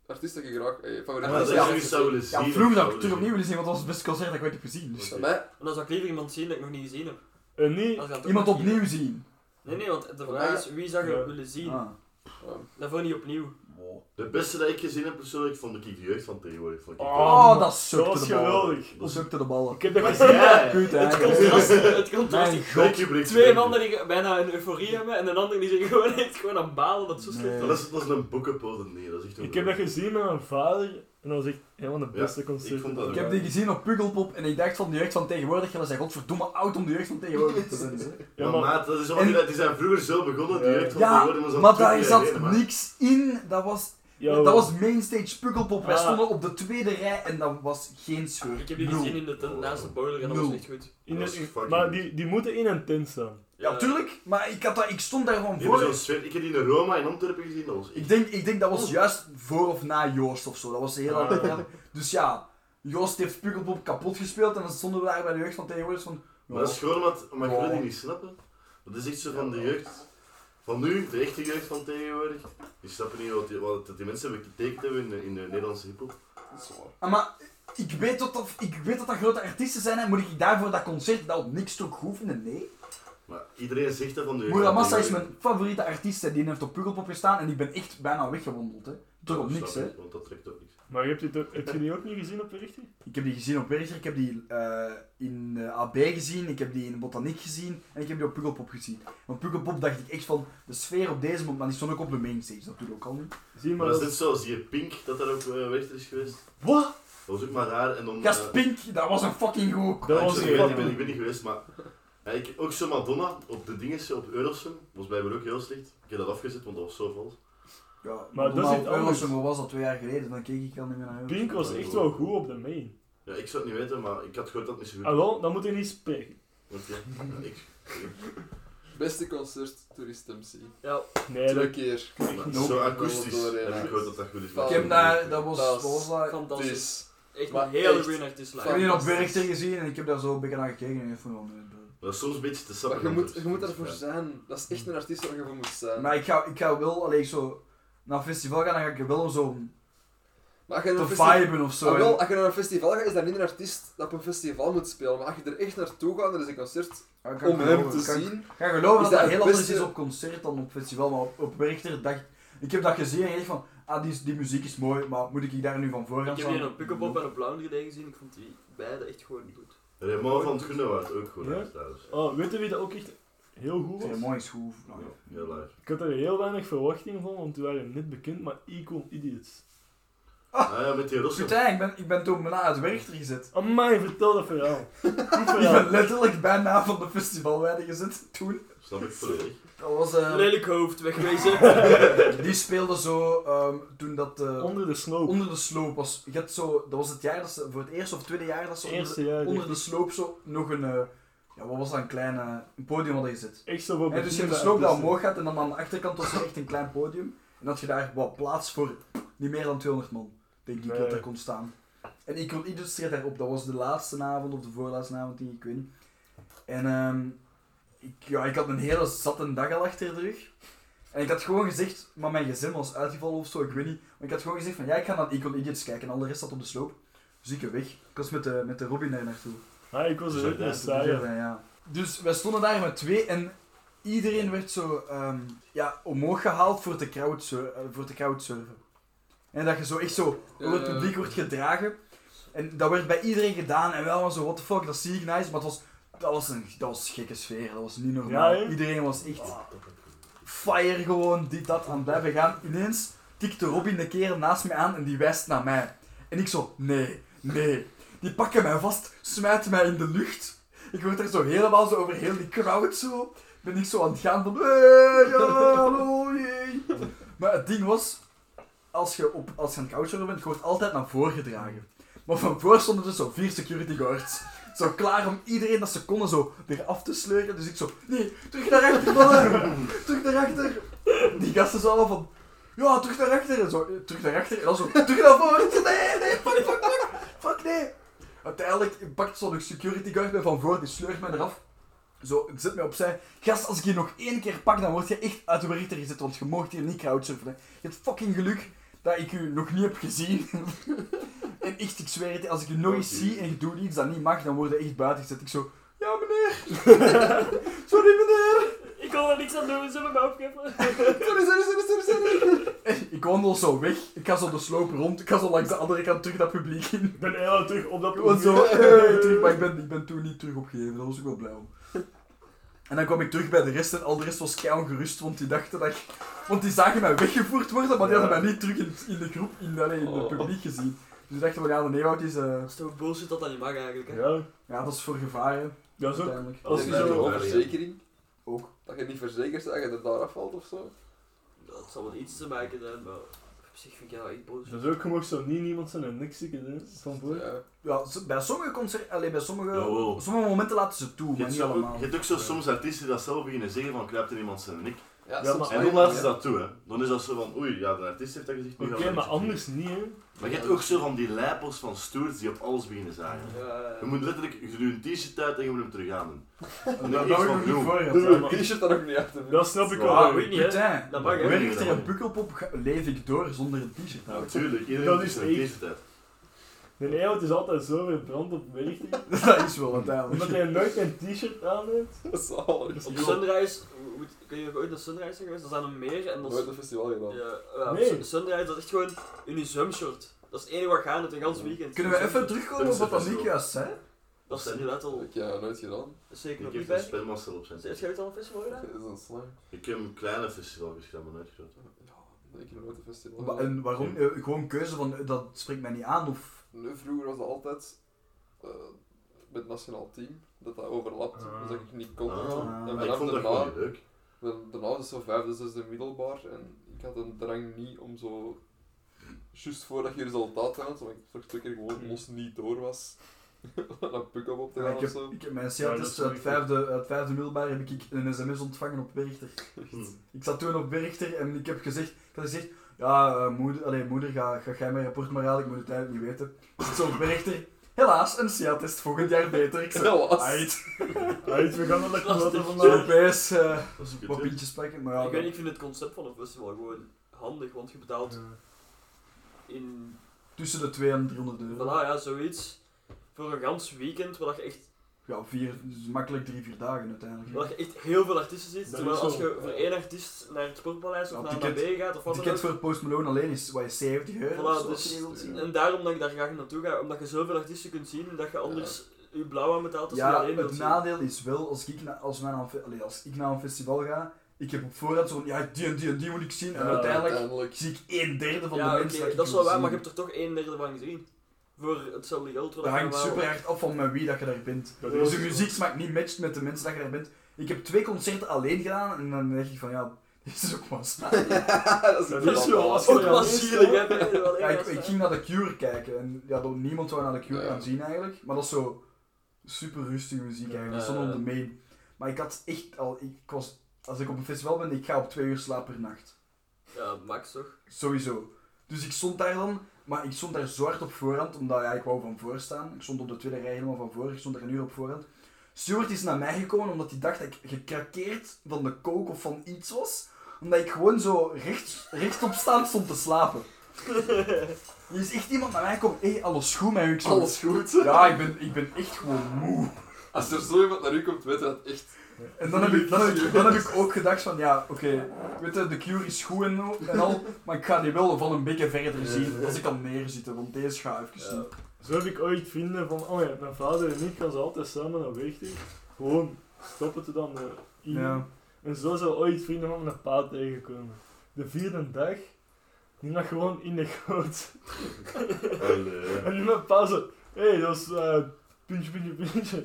Speaker 5: artiest dat je graag eh, favoriet
Speaker 4: Maar dat
Speaker 3: Ja.
Speaker 4: je zoiets zou willen zien.
Speaker 3: Ja,
Speaker 4: of
Speaker 3: Vloem dat
Speaker 4: zou
Speaker 3: ik terug
Speaker 4: willen
Speaker 3: opnieuw willen zien, want dat was het beste concert dat ik ooit heb gezien. Dus.
Speaker 4: Oké.
Speaker 5: Mij,
Speaker 1: En dan zou ik liever iemand zien dat ik nog niet gezien heb.
Speaker 2: En
Speaker 1: Als
Speaker 2: niet...
Speaker 1: ik dat toch
Speaker 3: Iemand
Speaker 1: nog zie.
Speaker 3: opnieuw zien.
Speaker 1: Nee, nee, want de vraag is wie zou je
Speaker 2: Ja.
Speaker 1: willen zien?
Speaker 3: Ah.
Speaker 5: eh,
Speaker 1: Daarvoor niet opnieuw.
Speaker 3: Wow.
Speaker 4: De beste dat ik gezien heb persoonlijk vond ik de jeugd van tegenwoordig. Vond ik
Speaker 2: Oh,
Speaker 4: wel.
Speaker 3: Oh,
Speaker 2: man,
Speaker 3: dat sukte
Speaker 2: dat was
Speaker 3: de ballen.
Speaker 2: geweldig.
Speaker 3: Dat sukte de ballen.
Speaker 2: Ik heb dat gezien.
Speaker 4: Ja,
Speaker 3: Goed, hè?
Speaker 1: Het contrast, het contrast.
Speaker 3: Mijn
Speaker 1: is-
Speaker 4: Dank je, Brink.
Speaker 1: Twee mannen die bijna een euforie hebben en een ander die zich [LAUGHS] gewoon echt gewoon aan balen dat zo slecht
Speaker 3: Nee.
Speaker 4: Dat is, dat is een boekenpoten, nee, dat is echt een
Speaker 2: Ik heb dat gezien met mijn vader. En dat was echt een van de beste concerten.
Speaker 4: ik vond dat
Speaker 3: Ik heb die gezien op Pukkelpop en ik dacht van de jeugd van tegenwoordig, ja, dat zijn godverdomme oud om de jeugd van tegenwoordig te [LAUGHS] zijn. hè.
Speaker 2: Ja,
Speaker 4: Ja,
Speaker 2: maar-
Speaker 4: maat, dat is omdat
Speaker 3: En-
Speaker 4: die, dat- die zijn vroeger zo begonnen, die
Speaker 2: Ja.
Speaker 4: jeugd van
Speaker 3: Ja,
Speaker 4: tegenwoordig. zo'n
Speaker 3: maar daar
Speaker 4: 20
Speaker 3: zat
Speaker 4: jaar geleden,
Speaker 3: niks in. Dat was,
Speaker 2: Ja,
Speaker 3: dat
Speaker 2: wel.
Speaker 3: was mainstage Pukkelpop. Wij
Speaker 2: Ah.
Speaker 3: stonden op de tweede rij en dat was geen scheur.
Speaker 1: Ik heb die
Speaker 3: Nul.
Speaker 1: gezien in de tent naast de boiler en dat was
Speaker 3: Nul.
Speaker 1: echt goed. Eh,
Speaker 2: In
Speaker 4: Dat
Speaker 2: de-
Speaker 4: is fucking
Speaker 2: maar
Speaker 4: goed.
Speaker 2: die, die moeten in een tent staan.
Speaker 3: Ja, tuurlijk, maar ik, had dat, ik stond daar gewoon
Speaker 4: Die hebben zo'n
Speaker 3: voor.
Speaker 4: sfeer. Ik heb die in Roma in Antwerpen gezien, dat was
Speaker 3: Ik denk, ik denk dat was juist voor of na Joost of zo. Dat was heel
Speaker 2: Ah.
Speaker 3: hard. Dus ja, Joost heeft Pukkelpop kapot gespeeld en dan stonden we daar bij de jeugd van tegenwoordig van.
Speaker 4: Maar dat is gewoon omdat, maar je wil die
Speaker 3: Ja.
Speaker 4: niet snappen. Dat is echt zo van de jeugd, van nu, de echte jeugd van tegenwoordig. Die snappen niet wat die, wat die mensen hebben getekend hebben in de, in de Nederlandse hiphop.
Speaker 5: dat is waar.
Speaker 3: Ah, maar ik weet, dat dat, ik weet dat dat grote artiesten zijn en moet ik daarvoor dat concert dat op niks toch goed vinden? Nee.
Speaker 4: Maar iedereen zegt dat van de jeugd
Speaker 3: Muramasa
Speaker 4: van
Speaker 3: is
Speaker 4: tegenwoordig.
Speaker 3: mijn favoriete artiest en die heeft op Pukkelpop gestaan en ik ben echt bijna weggewandeld. Hè. Toch op
Speaker 4: Dat
Speaker 3: niks,
Speaker 4: snap
Speaker 3: hè.
Speaker 4: ik, Want dat trekt ook niks.
Speaker 2: Maar heb je, die toch- heb je die ook niet gezien op de richting?
Speaker 3: Ik heb die gezien op Berger, ik heb die eh, in eh, AB gezien, ik heb die in Botaniek gezien en ik heb die op Pukkelpop gezien. Want Pukkelpop dacht ik echt van de sfeer op deze moment, maar die stond ook op de mainstage, dat doet ook al niet.
Speaker 2: Zie
Speaker 4: Maar
Speaker 2: maar.
Speaker 4: dat is
Speaker 2: dat-
Speaker 4: net zoals die Pink, dat daar ook uh, werchter is geweest.
Speaker 2: Wat?
Speaker 4: Dat was ook maar daar en dan... eh,
Speaker 3: Gast Pink, dat was een fucking goed.
Speaker 2: Dat
Speaker 4: Ja, ik
Speaker 2: was
Speaker 4: zeg,
Speaker 2: een
Speaker 4: ik, weet,
Speaker 2: grap,
Speaker 4: ik, ben,
Speaker 2: hè.
Speaker 4: ik ben niet geweest, maar ja, ik, ook zo Madonna op de dinges op Eurosum was bij mij ook heel slecht. Ik heb dat afgezet, want dat was zo vals.
Speaker 3: Ja,
Speaker 2: Maar dat is
Speaker 3: normaal
Speaker 2: iets
Speaker 3: op
Speaker 2: anders.
Speaker 3: Eurosong, wat was dat twee jaar geleden, dan keek ik al niet meer naar Eurosong.
Speaker 2: Pink was echt wel goed op de main.
Speaker 4: Ja, ik zou het niet weten, maar ik had gehoord dat het niet zo
Speaker 2: Ah
Speaker 4: goed
Speaker 2: wel, dan moet je niet spreken.
Speaker 3: Oh.
Speaker 4: was. Oké. Ja, ik,
Speaker 5: Beste concert, Toerist MC.
Speaker 1: Ja,
Speaker 2: Nee,
Speaker 5: Twee
Speaker 2: dat,
Speaker 5: keer.
Speaker 4: maar
Speaker 3: Nope.
Speaker 4: Zo akoestisch
Speaker 5: Door, eh,
Speaker 4: heb ik
Speaker 5: ja.
Speaker 4: gehoord dat dat goed is.
Speaker 5: Ik
Speaker 3: Ik heb daar, dat was,
Speaker 5: Dat
Speaker 3: dat
Speaker 5: is
Speaker 3: was dat-
Speaker 5: Ah, Het
Speaker 1: fantastisch.
Speaker 5: is
Speaker 1: Echt
Speaker 5: Maar
Speaker 1: een hele
Speaker 5: echt
Speaker 1: goede artiest
Speaker 3: Ik heb
Speaker 1: live.
Speaker 5: fucking-
Speaker 3: die op
Speaker 5: Fantastisch.
Speaker 3: Werchter gezien en ik heb daar zo een beetje naar gekeken en ik vond wel nee, bro.
Speaker 4: Dat is soms een beetje te sappig.
Speaker 5: Maar je moet,
Speaker 4: anders.
Speaker 5: je moet daarvoor
Speaker 4: Ja.
Speaker 5: zijn. Dat is echt een artiest waar je voor moet zijn. Maar
Speaker 3: Maar ik ga, ik ga wel, alleen zo naar een festival gaan, dan ga ik er wel om zo
Speaker 5: als je naar
Speaker 3: te
Speaker 5: een festival-
Speaker 3: viben of zo.
Speaker 5: Ah,
Speaker 3: en-
Speaker 5: wel, als je naar een festival gaat, is dat niet een artiest dat op een festival moet spelen. Maar als je er echt naartoe gaat, naar is een concert
Speaker 3: Ja, ik ga
Speaker 5: om hem
Speaker 3: geloven,
Speaker 5: te
Speaker 3: ik ga-
Speaker 5: zien.
Speaker 3: Ik ga geloven
Speaker 5: Is
Speaker 3: dat
Speaker 5: dat
Speaker 3: dat
Speaker 5: het
Speaker 3: heel
Speaker 5: beste-
Speaker 3: anders is op concert dan op festival, maar op, op Werchter dacht ik heb dat gezien en ik dacht van, ah die, is- die muziek is mooi, maar moet ik daar nu van voor
Speaker 1: Ik
Speaker 3: gaan
Speaker 1: heb die
Speaker 3: staan?
Speaker 1: op Pukkelpop en op Lounge Day gezien. Ik vond die beide echt gewoon goed.
Speaker 4: Raymond van het Groenewoud, ook goed
Speaker 2: Ja?
Speaker 4: uit trouwens.
Speaker 2: oh, weet je wie dat ook echt heel goed
Speaker 3: Zeer
Speaker 2: was?
Speaker 3: mooi is goed.
Speaker 5: Oh,
Speaker 4: Ja, heel live.
Speaker 2: Ik had er heel weinig verwachting van, want die waren net bekend, maar Equal Idiots.
Speaker 4: Ah ja, met die Rossen.
Speaker 3: Putain, ik ben, ik ben toen bijna uit Werchter gezet.
Speaker 2: Amai, vertel dat verhaal. Goed
Speaker 3: Ik ben
Speaker 2: verhaal.
Speaker 3: letterlijk bijna van de festivalweide gezet toen.
Speaker 4: Snap ik volledig.
Speaker 3: Dat was... eh,
Speaker 1: Lelijk hoofd,
Speaker 5: [LAUGHS]
Speaker 1: wegwezen.
Speaker 3: Die speelde zo ehm, toen dat eh,
Speaker 2: Onder de snow.
Speaker 3: onder de sloop was. Je had zo, dat was het jaar dat ze, voor het eerste of tweede jaar dat ze onder,
Speaker 2: Eerste jaar.
Speaker 3: onder de sloop zo nog een, eh, ja wat was dat, een klein eh, een podium hadden gezet.
Speaker 2: Echt zo voor
Speaker 3: En dus je hebt
Speaker 2: beginnende
Speaker 3: de sloop dat
Speaker 2: artiesten.
Speaker 3: omhoog gaat en dan aan de achterkant was er echt een klein podium. En had je daar wat plaats voor niet meer dan 200 man, denk ik,
Speaker 2: Nee.
Speaker 3: dat er kon staan. En ik kon iedere streed daarop, dat was de laatste avond of de voorlaatste avond, die ik weet niet. En ehm, ik, ja, ik had een hele zatte dag al achter de rug. En ik had gewoon gezegd, maar mijn gezin was uitgevallen of zo, ik weet niet. Maar ik had gewoon gezegd van, ja, ik ga naar Econ Idiots kijken en al de rest zat op de sloop. Dus ik weg. Ik was met de, met de Robin daar naartoe.
Speaker 2: Ah, ik was er
Speaker 4: Zo,
Speaker 2: ook
Speaker 4: ja.
Speaker 2: een
Speaker 3: Ja,
Speaker 2: saaier.
Speaker 3: ja, ja. Dus wij stonden daar met twee en iedereen werd zo ehm, ja, omhoog gehaald voor te, crowdsur- eh, voor te crowdsurfen. En dat je zo echt zo door het
Speaker 5: Ja, ja.
Speaker 3: publiek wordt gedragen. En dat werd bij iedereen gedaan en wij allemaal zo, what the fuck, dat zie ik nice. Maar het was, dat, was een, dat was een gekke sfeer, dat was niet normaal.
Speaker 2: Ja, hè?
Speaker 3: iedereen was echt fire gewoon, dit, dat, aan het blijven gaan. Ineens tikte Robin de kerel naast mij aan en die wijst naar mij. En ik zo, nee, nee. Die pakken mij vast, smijten mij in de lucht. Ik word er zo helemaal zo over heel die crowd zo. ben ik zo aan het gaan van... Hey, ja, hallo, jee. Maar het ding was, als je, op, als je aan het couchsurfen bent, je wordt altijd naar voren gedragen. Maar van voor stonden er zo vier security guards. Zo klaar om iedereen dat ze konden zo eraf te sleuren. Dus ik zo, nee, terug naar achter, mannen. Terug naar achter. Die gasten zo allemaal van, ja, terug naar achter. En zo, eh, terug naar achter. En dan zo, terug naar voren. Ik zo, Nee, nee, fuck, fuck, fuck. Fuck, nee. Uiteindelijk pakt zo'n security guard mij van voor, die sleurt mij eraf. Zo, zet mij opzij. Gast, als ik je nog één keer pak, dan word je echt uit de berichter gezet, want je mocht hier niet crowdsurfen. hè. Je hebt fucking geluk dat ik u nog niet heb gezien. [LAUGHS] en echt, ik zweer het, als ik u nog eens zie en ik doe iets dat niet mag, dan word je echt buiten gezet. Ik zo, ja meneer. sorry meneer.
Speaker 1: Ik kon er niks aan doen, ze hebben mij opgegeven.
Speaker 3: Sorry, sorry, sorry, sorry, sorry. En [LAUGHS] ik wandel zo weg, ik ga zo de sloop rond, ik ga zo langs de andere kant terug dat publiek
Speaker 2: [LAUGHS]
Speaker 3: in.
Speaker 2: Ik ben eigenlijk terug op dat
Speaker 3: Ik was zo,
Speaker 2: punt.
Speaker 3: [LAUGHS] hey, terug, maar ik ben, ik ben toen niet terug opgegeven, daar was ik wel blij om. En dan kwam ik terug bij de rest en al de rest was kei ongerust, want die dachten dat ik... Want die zagen mij weggevoerd worden, maar die hadden mij niet terug in, in de groep, in, allee, in het
Speaker 5: Oh.
Speaker 3: publiek gezien. Dus die dachten van, ja, de Neewoud is... eh,
Speaker 1: Dat is toch bullshit dat dat niet mag eigenlijk, hè?
Speaker 2: Ja,
Speaker 3: ja, dat is voor gevaren,
Speaker 2: dat is ook.
Speaker 3: uiteindelijk.
Speaker 2: Als
Speaker 5: je
Speaker 2: je zo-
Speaker 5: zo'n verzekering,
Speaker 3: Ook.
Speaker 5: dat je niet verzekerd bent dat je er daar afvalt of zo.
Speaker 1: Dat zal wel iets te maken zijn, maar op zich vind ik dat echt bullshit.
Speaker 2: Dat is ook, je mag zo niet niemand zijn en niks zieken, hè? Van voor.
Speaker 5: Ja.
Speaker 3: Ja, z- bij sommige concerten, allee, bij sommige...
Speaker 4: Jawel.
Speaker 3: Sommige momenten laten ze toe,
Speaker 4: Je
Speaker 3: maar
Speaker 4: hebt
Speaker 3: niet
Speaker 4: zo-
Speaker 3: allemaal.
Speaker 4: je hebt ook zo soms artiesten die dat zelf beginnen zeggen van kruipt er iemand zijn nek.
Speaker 5: Ja,
Speaker 2: Ja,
Speaker 5: soms
Speaker 2: maar-
Speaker 4: En
Speaker 5: wel,
Speaker 4: dan laten ze
Speaker 5: ja.
Speaker 4: dat toe, hè. Dan is dat zo van, oei, ja, de artiest heeft dat gezegd. nu
Speaker 2: Oké,
Speaker 4: gaan we
Speaker 2: maar
Speaker 4: niks doen.
Speaker 2: anders niet, hè?
Speaker 4: Maar je hebt ook zo van die lijpels van stoers die op alles beginnen zagen.
Speaker 1: Ja,
Speaker 4: Je moet letterlijk, je doet een t-shirt uit en je moet hem terug aan doen.
Speaker 3: Dat
Speaker 4: Nee,
Speaker 3: dat
Speaker 4: ik
Speaker 3: wou ik
Speaker 4: van
Speaker 3: nog niet
Speaker 4: Bloem.
Speaker 3: voor hebben.
Speaker 2: Doe
Speaker 5: Doe je shirt dan ook niet uit te doen.
Speaker 2: Dat snap ik
Speaker 4: Ja,
Speaker 2: wel.
Speaker 1: weet niet, hè?
Speaker 3: Putain.
Speaker 1: Dat mag,
Speaker 4: Ja.
Speaker 1: hè?
Speaker 3: Werkt er een pukkelpop, ga- leef ik door zonder een t-shirt [LAUGHS]
Speaker 4: Nou,
Speaker 3: uit.
Speaker 4: tuurlijk, iedereen
Speaker 2: Dat
Speaker 4: doet
Speaker 2: is
Speaker 4: zo'n
Speaker 2: echt-
Speaker 4: t-shirt uit.
Speaker 2: De Nijhout is altijd zo verbrand op werking.
Speaker 3: Dat is wel uiteindelijk.
Speaker 2: Omdat hij nooit een t-shirt aan heeft.
Speaker 5: Dat is zalig.
Speaker 1: Op Sunrise, moet- kun je ooit naar Sunrise zijn geweest? Er zijn een meer en dat is...
Speaker 5: Nooit een festival gedaan.
Speaker 1: Ja, ja,
Speaker 2: Nee.
Speaker 1: Sun- Sunrise, dat is echt gewoon Unisum shirt. Dat is het enige wat gaan het een gans weekend.
Speaker 3: Kunnen we even terugkomen op wat
Speaker 4: Dat is
Speaker 3: Aniek
Speaker 4: zo.
Speaker 3: juist zei?
Speaker 1: Dat is inderdaad al...
Speaker 5: Dat heb ik eh, nooit gedaan.
Speaker 1: dat is zeker
Speaker 4: Ik
Speaker 1: nog
Speaker 4: heb
Speaker 1: niet
Speaker 4: een
Speaker 1: bij.
Speaker 4: spelmaster op zijn.
Speaker 1: Heeft jij het al een festival
Speaker 5: Dat
Speaker 1: gedaan?
Speaker 5: is een slag.
Speaker 4: Ik heb een kleine festival gedaan, maar nooit groot.
Speaker 5: Nee, ik heb nooit een festival
Speaker 3: Wa-
Speaker 5: gedaan.
Speaker 3: En waarom? Eh, gewoon keuze van eh, dat spreekt mij niet aan of.
Speaker 5: Nee, vroeger was dat altijd eh, met het nationaal team, dat dat overlapt,
Speaker 2: Ah.
Speaker 5: dus dat ik niet kon
Speaker 4: Ah.
Speaker 5: gaan.
Speaker 3: Ah.
Speaker 5: En
Speaker 4: Maar ik
Speaker 5: vanaf
Speaker 4: vond dat
Speaker 5: daarna,
Speaker 4: gewoon
Speaker 3: [LAUGHS]
Speaker 4: niet leuk.
Speaker 5: dan- daarna was het zo vijfde, zesde middelbaar, en ik had een drang niet om zo, juist voordat je resultaat had, want ik toch twee keer gewoon los niet door was, [LAUGHS] een puk-up op te gaan
Speaker 3: ik, heb,
Speaker 5: ofzo.
Speaker 3: ik heb mijn
Speaker 2: Ja, dat
Speaker 3: CATS
Speaker 2: is
Speaker 3: uit vijfde, uit vijfde middelbaar heb ik een sms ontvangen op Werchter.
Speaker 4: Hm.
Speaker 3: Ik zat toen op Werchter en ik heb gezegd, ik had gezegd, ja eh, moeder, allee, moeder ga, ga jij mijn rapport maar halen, ik moet het eigenlijk niet weten. Ik zat zo op Werchter, helaas, een CATS volgend jaar
Speaker 2: [LAUGHS]
Speaker 3: beter. Ik zei,
Speaker 5: Helaas.
Speaker 3: "Aight."
Speaker 2: Uit, we gaan er lekker laten
Speaker 3: Zo
Speaker 2: vandaag.
Speaker 3: opeens eh,
Speaker 4: Dat is kut,
Speaker 3: wat
Speaker 4: hè.
Speaker 3: pintjes pakken, maar ja,
Speaker 1: ik, weet, niet,
Speaker 3: dat-
Speaker 1: ik vind het concept van een festival gewoon handig, want je betaalt in...
Speaker 3: tussen de 200 en
Speaker 1: Voilà,
Speaker 3: 300 euro.
Speaker 1: ja, zoiets. Voor een gans weekend, waar dat je echt,
Speaker 3: Ja, vier, dus makkelijk drie, vier dagen uiteindelijk.
Speaker 1: waar dat je echt heel veel artiesten ziet.
Speaker 2: Dat
Speaker 1: terwijl
Speaker 2: is
Speaker 1: als
Speaker 2: zo.
Speaker 1: je voor één artiest naar het Sportpaleis
Speaker 3: Ja,
Speaker 1: of naar
Speaker 3: ticket-
Speaker 1: de gaat of
Speaker 3: Het
Speaker 1: wat dan
Speaker 3: ticket
Speaker 1: ook.
Speaker 3: voor Post Malone alleen is, wat is 70 euro? of
Speaker 1: Voilà,
Speaker 3: zo,
Speaker 1: dus-
Speaker 3: als je wilt.
Speaker 1: En daarom dat ik daar graag naartoe ga, omdat je zoveel artiesten kunt zien en dat je anders je blauw aan betaalt als je
Speaker 3: Ja,
Speaker 1: alleen wilt
Speaker 3: het
Speaker 1: zien.
Speaker 3: nadeel is wel, als ik, na, als, wij naar een, fe- allee, als ik naar een festival ga, ik heb op voorhand zo'n, ja, die en die en die moet ik zien. En
Speaker 2: Ja,
Speaker 3: uiteindelijk
Speaker 5: Uiteindelijk.
Speaker 3: zie ik een derde van
Speaker 1: ja,
Speaker 3: de
Speaker 1: oké,
Speaker 3: mensen dat ik
Speaker 1: dat is
Speaker 3: wil
Speaker 1: wel waar,
Speaker 3: zien.
Speaker 1: maar je hebt er toch één derde van gezien. Voor hetzelfde geld. wat
Speaker 3: Dat
Speaker 1: je
Speaker 3: hangt
Speaker 1: normaal-
Speaker 3: super hard af van met wie dat je daar bent. Dus
Speaker 2: Dat
Speaker 3: Als
Speaker 2: is
Speaker 3: je
Speaker 2: zo.
Speaker 3: muzieksmaak niet matcht met de mensen dat je daar bent. Ik heb twee concerten alleen gedaan en dan denk ik van, ja, [LAUGHS] dit is ook wel saai.
Speaker 5: dat
Speaker 2: Dat is wel als
Speaker 1: Ook
Speaker 2: Ja,
Speaker 1: wel
Speaker 2: dat is
Speaker 1: zielig,
Speaker 2: wel.
Speaker 1: hè? ben je wel
Speaker 3: Ja, ik,
Speaker 1: echt,
Speaker 3: ik
Speaker 1: hè?
Speaker 3: ging naar de Cure kijken en ja, dat niemand zou naar de Cure
Speaker 5: Ja.
Speaker 3: gaan zien eigenlijk. Maar dat is zo super rustige muziek eigenlijk. Dat stond
Speaker 1: Ja.
Speaker 3: op de main. Maar ik had echt al, ik ik was, als ik op een festival ben, ik ga op twee uur slapen per nacht.
Speaker 1: Ja, Max toch?
Speaker 3: Sowieso. Dus ik stond daar dan, maar ik stond daar zwart op voorhand, omdat ja, ik wou van voor staan. Ik stond op de tweede rij helemaal van voor, ik stond daar een uur op voorhand. Stuart is naar mij gekomen omdat hij dacht dat ik gekrakeerd van de coke of van iets was. Omdat ik gewoon zo recht, rechtop staand stond te
Speaker 5: [LAUGHS]
Speaker 3: slapen. Er is echt iemand naar mij komt, hé, hey, alles goed met u? Ik zo,
Speaker 5: Alles goed.
Speaker 3: Ja, ik ben, ik ben echt gewoon moe.
Speaker 5: Als er zo iemand naar u komt, weet je dat echt.
Speaker 3: En dan heb ik, dan heb ik, dan heb ik ook gedacht van, ja, oké, weet je, de cure is goed en, al- en al, maar ik ga die wel van een beetje verder zien, als ik kan neerzitten, want deze ga
Speaker 1: Ja.
Speaker 3: even zien.
Speaker 2: Zo heb ik ooit vrienden van, oh ja, mijn vader en ik gaan ze altijd samen naar Werchter. Gewoon stoppen te dan eh, in.
Speaker 3: Ja.
Speaker 2: En zo zijn ooit vrienden van mijn pa tegengekomen. De vierde dag, die lag gewoon in de goot. [LAUGHS]
Speaker 4: Allee.
Speaker 2: En mijn pa zo, hé, hey, dat is eh puntje, puntje, puntje.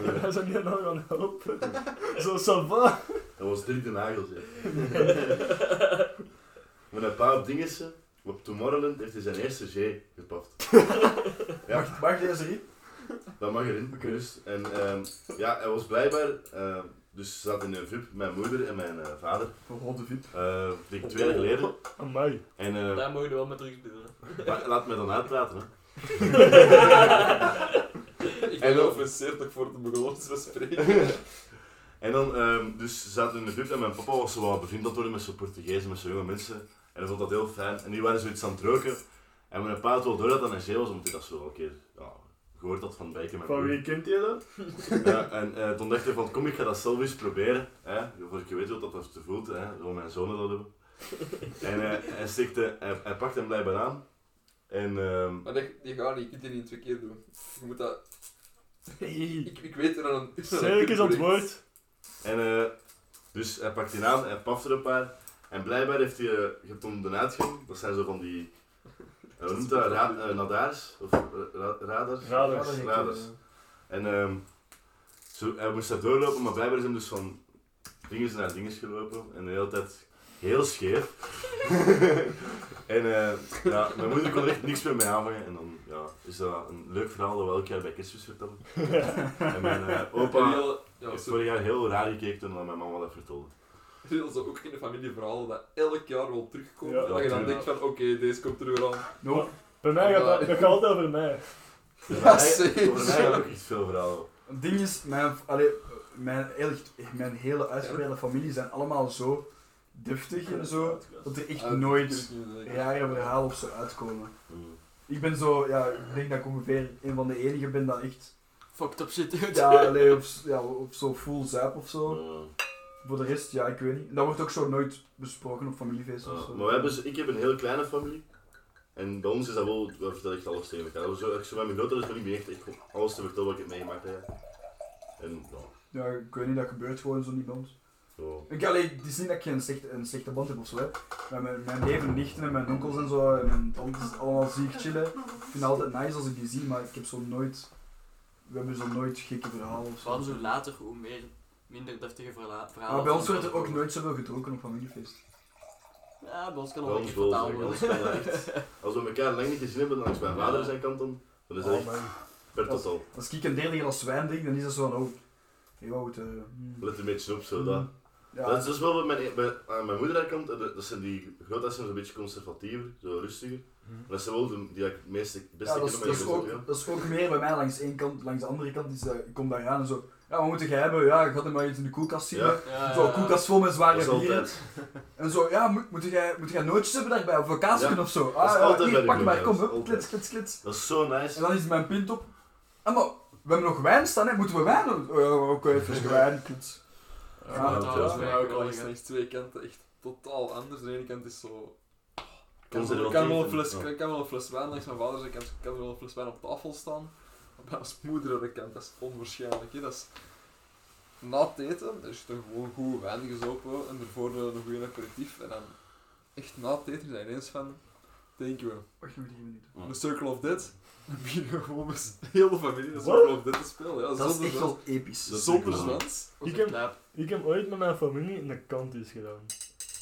Speaker 2: Hij zou niet nou gaan helpen. Zo, ça va.
Speaker 4: Dat was Dirk de Nagel, zeg.
Speaker 3: [LAUGHS]
Speaker 4: Met een paar dingen, op Tomorrowland heeft hij zijn eerste G gepaft. ja,
Speaker 3: Mag, mag deze riep?
Speaker 4: dat mag erin,
Speaker 3: Oké.
Speaker 4: gerust. En ehm, ja, hij was blijkbaar, ehm, dus ze zat in een VIP, mijn moeder en mijn eh, vader,
Speaker 3: Voor rode VIP.
Speaker 4: eh denk ik twee jaar geleden.
Speaker 2: Amai.
Speaker 4: En eh,
Speaker 1: Daar mogen we wel met drugs bedoelen.
Speaker 4: maar laat me dan uitpraten, hè. En
Speaker 5: Ik ben
Speaker 4: dan-
Speaker 5: geoffenseerd dat ik voor de Mongoolse
Speaker 2: [LAUGHS]
Speaker 5: bespreking.
Speaker 4: En dan, ehm, dus ze zaten in de VIP en mijn papa was zo wat bevriend aan het worden met zo'n Portugezen, met zo'n jonge mensen. En hij vond dat heel fijn. En die waren zoiets aan het roken. En mijn pa had wel door dat dat een G was, omdat hij dat zo wel een keer ja, gehoord had van Bijken. mijn
Speaker 2: Van
Speaker 4: broer.
Speaker 2: wie kent je dat?
Speaker 4: Ja, en eh, toen dacht ik van, kom, ik ga dat zelf eens proberen. Hè, voor ik weet wat dat dat voelt, hè, wil mijn zonen dat
Speaker 2: [LAUGHS]
Speaker 4: hebben. En eh, hij, stikt, eh, hij, hij pakt hem blijkbaar aan. En ehm,
Speaker 5: Maar dat, die gaat niet, je kunt die niet twee keer doen. Je moet dat...
Speaker 2: Hey.
Speaker 5: Ik, ik weet er aan een...
Speaker 2: Zeker is aan het woord.
Speaker 4: En eh, dus hij pakt die aan, hij paft er een paar. En blijkbaar heeft hij, eh, je hebt hem de uitgang, dat zijn zo van die, eh, hoe noemt dat, ra eh, nadaars? Of eh, ra- radars?
Speaker 2: Radars.
Speaker 4: Radars. En ehm, zo, hij moest daar doorlopen, maar blijkbaar is hem dus van dinges naar dinges gelopen. En de hele tijd heel scheef. [LAUGHS] en eh, ja, mijn moeder kon er echt niks meer mee aanvangen. En dan ja, is dat een leuk verhaal dat we elk jaar bij Kerstmis vertellen. en mijn eh,
Speaker 5: Opa.
Speaker 4: opa
Speaker 5: Ja,
Speaker 4: heeft
Speaker 5: sorry.
Speaker 4: vorig jaar heel raar gekeken toen mijn mama dat vertelde.
Speaker 5: Heel zo ook in de familieverhalen dat elk jaar wel terugkomt.
Speaker 2: Ja.
Speaker 5: dat je dan
Speaker 4: Ja.
Speaker 5: denkt van, oké, deze komt er weer aan.
Speaker 3: No.
Speaker 2: Bij mij gaat dat, dat gaat altijd over mij.
Speaker 4: Ja,
Speaker 5: zeker.
Speaker 4: Voor mij had ook iets veel verhalen.
Speaker 3: Het ding is, mijn, allee, mijn, echt, mijn hele uitgebreide familie zijn allemaal zo deftig en zo, dat er echt nooit rare verhalen op zo uitkomen.
Speaker 4: Mm.
Speaker 3: Ik ben zo, ja, ik denk dat ik ongeveer een van de enigen ben dat echt,
Speaker 1: Fucked up zit. [LAUGHS]
Speaker 3: ja, allee, op, s- ja, op zo full zuip of zo.
Speaker 4: Eh,
Speaker 3: Voor de rest, ja, ik weet niet. En dat wordt ook zo nooit besproken op familiefeesten of
Speaker 4: eh,
Speaker 3: zo.
Speaker 4: maar we hebben, ze- ik heb een heel kleine familie. En bij ons is dat wel, we vertellen echt alles tegen elkaar. Zo, zo bij mijn grotere familie ben ik echt ik heb alles te vertellen wat ik heb meegemaakt heb. En ja,
Speaker 3: Ja, ik weet niet, dat gebeurt gewoon zo niet bij ons.
Speaker 4: zo.
Speaker 3: Ik, allee, het is niet dat ik geen slechte, een slechte band heb of zo, hè. Maar mijn, mijn neven, nichten en mijn onkels en zo, en mijn tantes, allemaal zie ik chillen. Ik vind het altijd nice als ik die zie, maar ik heb zo nooit... We hebben zo nooit gekke verhalen of
Speaker 1: We hadden
Speaker 3: zo.
Speaker 1: zo later hoe meer, minder deftige verla- verhalen.
Speaker 3: Maar bij ons wordt er ook nooit zoveel gedronken op familiefeest.
Speaker 1: Ja, bij ons kan
Speaker 4: Bij
Speaker 1: er ook
Speaker 4: ons
Speaker 1: echt
Speaker 4: wel,
Speaker 1: vertaald
Speaker 4: zeg,
Speaker 1: worden.
Speaker 4: anders kan
Speaker 1: [LAUGHS]
Speaker 4: dat echt. Als we elkaar lang niet gezien hebben langs mijn vader zijn kant dan, dan is dat
Speaker 2: Oh,
Speaker 4: echt
Speaker 2: man.
Speaker 4: per totaal.
Speaker 3: Als ik een derde als wijn drink, dan is dat zo van, oh... Hey Wout, eh, hmm.
Speaker 4: Let een beetje op zo dat.
Speaker 3: Ja,
Speaker 4: Dat is dus wel bij mijn, bij, aan mijn moeder haar kant, eh, dat zijn die grootouders zijn zo'n beetje conservatiever, zo rustiger. Maar dat zijn wel de, die ik het meeste, het beste
Speaker 3: Ja, dat, is, dat,
Speaker 4: ken, maar
Speaker 3: is
Speaker 4: die
Speaker 3: ook,
Speaker 4: zijn zo,
Speaker 3: dat is ook meer bij mij langs één kant, langs de andere kant. Is, eh, ik kom daar aan en zo. Ja, wat moet je hebben? Ja, ik had hem maar iets in de koelkast zien.
Speaker 4: Ja.
Speaker 3: hè. Zo, koelkast vol met
Speaker 4: ja. Dat
Speaker 3: zware
Speaker 4: is
Speaker 3: bieren.
Speaker 4: altijd.
Speaker 3: En zo, ja, moet, moet, jij, moet jij nootjes hebben daarbij? Of kaasken
Speaker 4: Ja.
Speaker 3: of zo?
Speaker 4: is
Speaker 3: Ah, ja,
Speaker 4: altijd bij
Speaker 3: hier,
Speaker 4: de
Speaker 3: pak maar, kom, hup,
Speaker 4: Groenlanders, altijd.
Speaker 3: klits, klits, klits.
Speaker 4: Dat is zo
Speaker 3: En
Speaker 4: nice.
Speaker 3: dan is mijn pint op. Ah, maar we hebben nog wijn staan, hè? Moeten we wijn doen? Oh, ja, oké, even flesje wijn, klits.
Speaker 2: Ja,
Speaker 1: Ja,
Speaker 2: dat
Speaker 1: dat
Speaker 2: is
Speaker 1: was
Speaker 5: Trouwens,
Speaker 2: wel.
Speaker 5: bij
Speaker 1: wel
Speaker 5: jou ook al
Speaker 1: geweldig,
Speaker 5: is
Speaker 1: hè.
Speaker 5: langs twee kanten echt totaal anders. Aan de ene kant is zo... Kan
Speaker 4: Conservatief
Speaker 5: wel- kan wel een
Speaker 4: en-
Speaker 5: fles,
Speaker 4: ja.
Speaker 5: kan, kan wel een fles wijn langs mijn vader zijn kant, kan er wel een fles wijn op tafel staan. Maar bij ons moeder aan de kant, dat is onwaarschijnlijk. Hè. Dat is... Na het eten, er is dan gewoon goed wijn gezopen en daarvoor eh, een goede aperitief. En dan echt na het eten is hij ineens van... Thank you.
Speaker 3: Wacht nog drie minuten.
Speaker 4: Ja.
Speaker 5: The Circle of Death. [LAUGHS] Dan beginnen we gewoon met heel de familie de
Speaker 2: Wat?
Speaker 5: Circle of Death te spelen. Ja,
Speaker 3: Dat is
Speaker 5: zonder
Speaker 3: echt
Speaker 5: zwans.
Speaker 3: wel episch.
Speaker 4: Dat is
Speaker 5: Zonder
Speaker 4: echt wel-
Speaker 5: zwans.
Speaker 2: Ik heb,
Speaker 1: Klaap.
Speaker 2: ik heb ooit met mijn familie een kantus gedaan.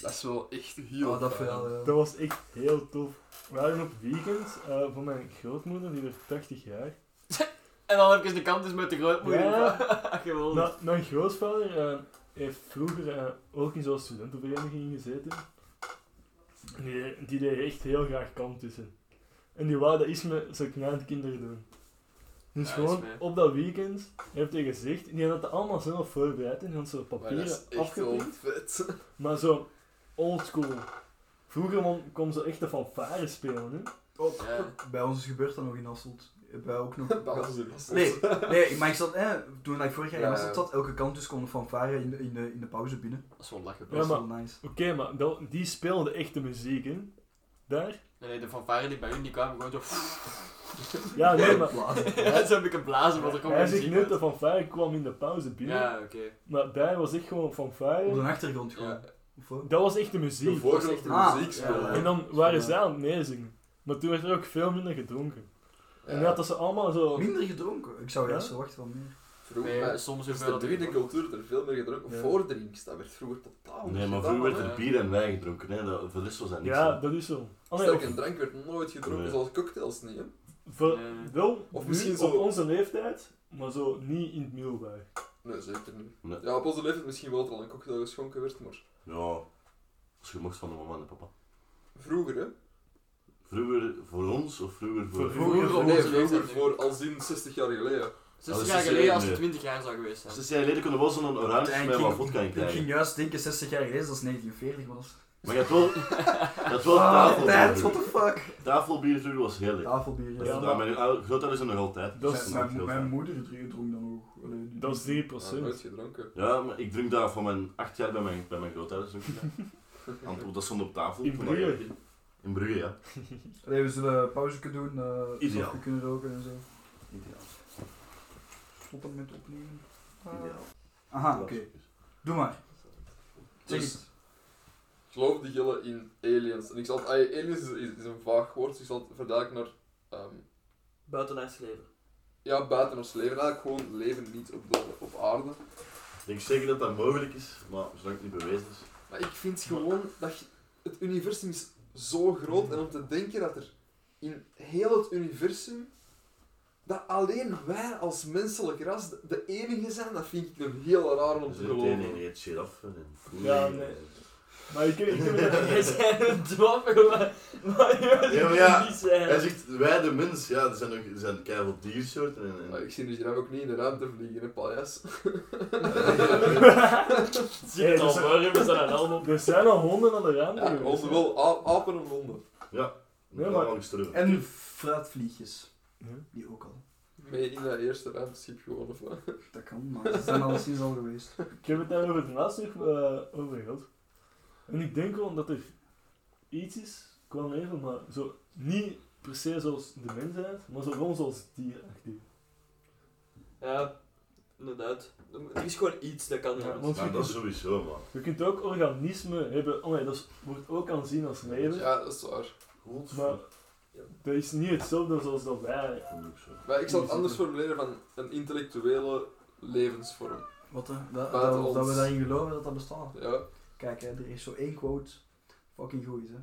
Speaker 5: Dat is wel echt heel
Speaker 3: Ja, Ah, dat
Speaker 5: fijn.
Speaker 3: verhaal. ja.
Speaker 2: Dat was echt heel tof. We waren op weekend eh, van mijn grootmoeder, die werd 80 jaar.
Speaker 1: En dan heb ik eens de kant dus met de grootmoeder. [LAUGHS]
Speaker 2: Ja.
Speaker 1: Geweldig.
Speaker 2: Nou, mijn grootvader eh, heeft vroeger eh, ook in zo'n studentenvereniging gezeten. En Die, die deed echt heel graag kantussen. En die wou dat iets met zijn kleinkinderen doen. Dus
Speaker 1: Ja, is
Speaker 2: gewoon
Speaker 1: mee.
Speaker 2: op dat weekend heeft hij gezegd, en die had dat allemaal zelf voorbereid en die had zo
Speaker 5: Maar dat
Speaker 2: papieren
Speaker 5: is echt wel
Speaker 2: afgeprint.
Speaker 5: vet.
Speaker 2: Maar zo oldschool. Vroeger mon- kon ze echt de fanfare spelen. Hè?
Speaker 3: Oh,
Speaker 1: Ja.
Speaker 3: Bij ons gebeurt dat nog in Hasselt. Bij ook nog.
Speaker 5: Dat was in Hasselt.
Speaker 4: [LAUGHS]
Speaker 3: Nee, nee, maar ik zat, eh, toen ik vorig jaar in
Speaker 5: Ja,
Speaker 3: Hasselt
Speaker 5: ja.
Speaker 3: zat, elke kant dus kon van varen in de, in, de, in de pauze binnen.
Speaker 1: Dat is wel lachen.
Speaker 2: Ja,
Speaker 3: Dat is
Speaker 2: maar-
Speaker 3: wel nice.
Speaker 2: Oké, maar dat- die speelde echte muziek, hè? Daar?
Speaker 1: Nee, nee, de fanfare die bij hun die kwamen gewoon zo. [LAUGHS]
Speaker 2: Ja, nee, maar...
Speaker 1: Ja, zo heb ik een blazen, want er komt
Speaker 2: Hij
Speaker 1: muziek
Speaker 2: zegt net
Speaker 1: uit.
Speaker 2: dat fanfare kwam in de pauze binnen,
Speaker 1: Ja, oké.
Speaker 2: maar daar was echt gewoon
Speaker 3: Op de
Speaker 2: fanfare.
Speaker 3: achtergrond gewoon.
Speaker 5: Ja.
Speaker 3: Of wat?
Speaker 2: Dat was echt de
Speaker 5: De
Speaker 2: muziek.
Speaker 5: voorgrond
Speaker 3: Ah,
Speaker 5: muziek
Speaker 3: ja.
Speaker 5: spelen.
Speaker 2: En dan waren zij aan het meezingen. Maar toen werd er ook veel minder gedronken. En
Speaker 5: Ja.
Speaker 2: ja, dat ze allemaal zo...
Speaker 3: Minder gedronken. Ik zou
Speaker 2: Ja?
Speaker 3: juist verwachten van meer.
Speaker 5: vroeger.
Speaker 1: Nee,
Speaker 5: maar
Speaker 1: soms
Speaker 5: sinds
Speaker 1: heeft
Speaker 5: de
Speaker 1: dat
Speaker 5: druine
Speaker 1: ook.
Speaker 5: cultuur er veel meer gedronken.
Speaker 2: Ja.
Speaker 5: Voordrinks, dat werd vroeger totaal
Speaker 4: Nee,
Speaker 5: niet
Speaker 4: maar
Speaker 5: gedaan,
Speaker 4: vroeger werd
Speaker 5: hè.
Speaker 4: er bier en wijn gedronken. Nee, dat, voor de rest was dat niks.
Speaker 2: Ja,
Speaker 4: hè.
Speaker 2: dat is zo. Ah, nee,
Speaker 5: Sterke
Speaker 2: of,
Speaker 5: drank werd nooit gedronken,
Speaker 4: Nee.
Speaker 5: zoals cocktails niet. Hè?
Speaker 2: voor-
Speaker 1: Nee.
Speaker 2: wel,
Speaker 5: Of
Speaker 2: nu
Speaker 5: misschien zo-
Speaker 2: op onze leeftijd, maar zo niet in het middelbaar.
Speaker 5: Nee, zeker niet.
Speaker 4: Nee.
Speaker 5: Ja, op onze leeftijd misschien wel dat er al een cocktail geschonken werd, maar
Speaker 4: Ja, als je mocht van de mama en de papa.
Speaker 5: vroeger, hè?
Speaker 4: Vroeger voor ons of vroeger voor...
Speaker 2: Voor-
Speaker 1: Vroeger op
Speaker 5: nee,
Speaker 1: onze
Speaker 5: vroeger
Speaker 1: leeftijd.
Speaker 5: voor als in 60 jaar geleden.
Speaker 1: 60
Speaker 4: Oh,
Speaker 1: jaar
Speaker 4: zes jaar
Speaker 1: geleden als het
Speaker 4: geleden.
Speaker 1: 20 jaar zou geweest zijn.
Speaker 4: Zes jaar geleden konden we wel zo'n oranje
Speaker 3: Tanking.
Speaker 4: dus met wat vodka in
Speaker 3: Ik ging
Speaker 4: krijgen.
Speaker 3: juist denken 60 jaar geleden, dat is 1940 was.
Speaker 4: Maar je had wel, je had wel
Speaker 3: Ah, tijd,
Speaker 4: tafelbier.
Speaker 3: what the fuck?
Speaker 4: Tafelbier vroeger was heel lekker.
Speaker 3: Tafelbier,
Speaker 2: Ja,
Speaker 3: ja.
Speaker 4: Dat-
Speaker 2: maar-
Speaker 4: Mijn ou- grootouders zijn nog altijd.
Speaker 2: Dat
Speaker 4: Dus
Speaker 2: is-
Speaker 4: maakt
Speaker 3: mijn,
Speaker 4: heel
Speaker 3: mijn
Speaker 4: veel.
Speaker 3: moeder drie- dronk dan ook. Allee, die-
Speaker 2: Dat is 3%.
Speaker 5: Ja, nooit gedronken.
Speaker 4: Ja, maar ik drink daar van mijn acht jaar bij mijn, bij mijn grootouders nog gedaan.
Speaker 2: [LAUGHS]
Speaker 4: Want Dat stond op tafel.
Speaker 2: In Brugge.
Speaker 4: In Brugge, ja.
Speaker 3: Allee, we zullen pauze kunnen doen, eh
Speaker 4: Ideaal.
Speaker 3: we kunnen roken en zo.
Speaker 4: Ideaal.
Speaker 3: Stoppen met opnemen. Ah.
Speaker 4: Ideaal.
Speaker 3: Aha, oké. Doe maar. Zeg
Speaker 5: Dus-
Speaker 3: het.
Speaker 5: Ik geloof die gillen in aliens. En ik zal het, ah, aliens is, is, is een vaag woord, dus ik zal het verduidelijken naar ehm,
Speaker 1: Buitenaards leven. [LAUGHS]
Speaker 5: ja, buiten ons leven. Eigenlijk gewoon leven niet op, de, op aarde.
Speaker 4: Ik denk zeker dat dat mogelijk is, maar zolang het niet bewezen is.
Speaker 5: Maar ik vind gewoon dat je- het universum is zo groot en om te denken dat er in heel het universum dat alleen wij als menselijk ras de- de enige zijn, dat vind ik een heel raar om
Speaker 4: Dus
Speaker 5: te
Speaker 4: het een
Speaker 5: geloven.
Speaker 4: en eet shit af en voel
Speaker 2: Ja,
Speaker 4: je-
Speaker 2: nee. Maar ik, ik heb
Speaker 1: Jij zijn een dwappel, maar maar je
Speaker 4: Ja, maar
Speaker 1: moet
Speaker 4: ja,
Speaker 1: het niet zijn.
Speaker 4: Hij zegt, wij de mens, ja, er zijn, nog, er zijn keihard diersoorten en... en-
Speaker 5: Maar ik zie dus hier ook niet in de ruimte vliegen, hè, paljas.
Speaker 2: Hey,
Speaker 1: Zit al
Speaker 2: dus-
Speaker 1: warm, we zijn aan helm op.
Speaker 2: [LAUGHS] Er zijn al honden aan de ruimte
Speaker 5: Ja,
Speaker 2: geweest,
Speaker 5: honden
Speaker 2: hè.
Speaker 5: wel, a- apen en honden.
Speaker 2: Nee, maar-
Speaker 4: allemaal gestorven.
Speaker 3: En fruitvliegjes.
Speaker 2: Ja.
Speaker 3: Die ook al.
Speaker 5: Mee in dat eerste ruimteschip gewoon, of wat?
Speaker 3: Dat kan, maar ze zijn al sinds al geweest.
Speaker 2: Ik heb het daar over het laatst nog eh, over gehad. En ik denk wel dat er iets is qua leven, maar zo, niet per se zoals de mensheid, maar zo gewoon zoals dierachtig.
Speaker 1: Ja, inderdaad. Er is gewoon iets dat kan.
Speaker 2: Ja,
Speaker 1: Ja,
Speaker 2: want-
Speaker 4: Maar dat is sowieso, man.
Speaker 2: Je kunt ook organismen hebben, oh nee, dat is- wordt ook aanzien als leven,
Speaker 5: Ja, dat is waar.
Speaker 2: maar dat is niet hetzelfde zoals dat wij.
Speaker 4: Dat is ook zo.
Speaker 5: Maar ik zal het anders formuleren van een intellectuele levensvorm.
Speaker 3: Wat hè? Dat,
Speaker 5: Buiten
Speaker 3: dat, dat
Speaker 5: ons.
Speaker 3: we daarin geloven dat dat bestaat.
Speaker 5: Ja.
Speaker 3: Kijk, hè, er is zo één quote. Fucking goed, hè.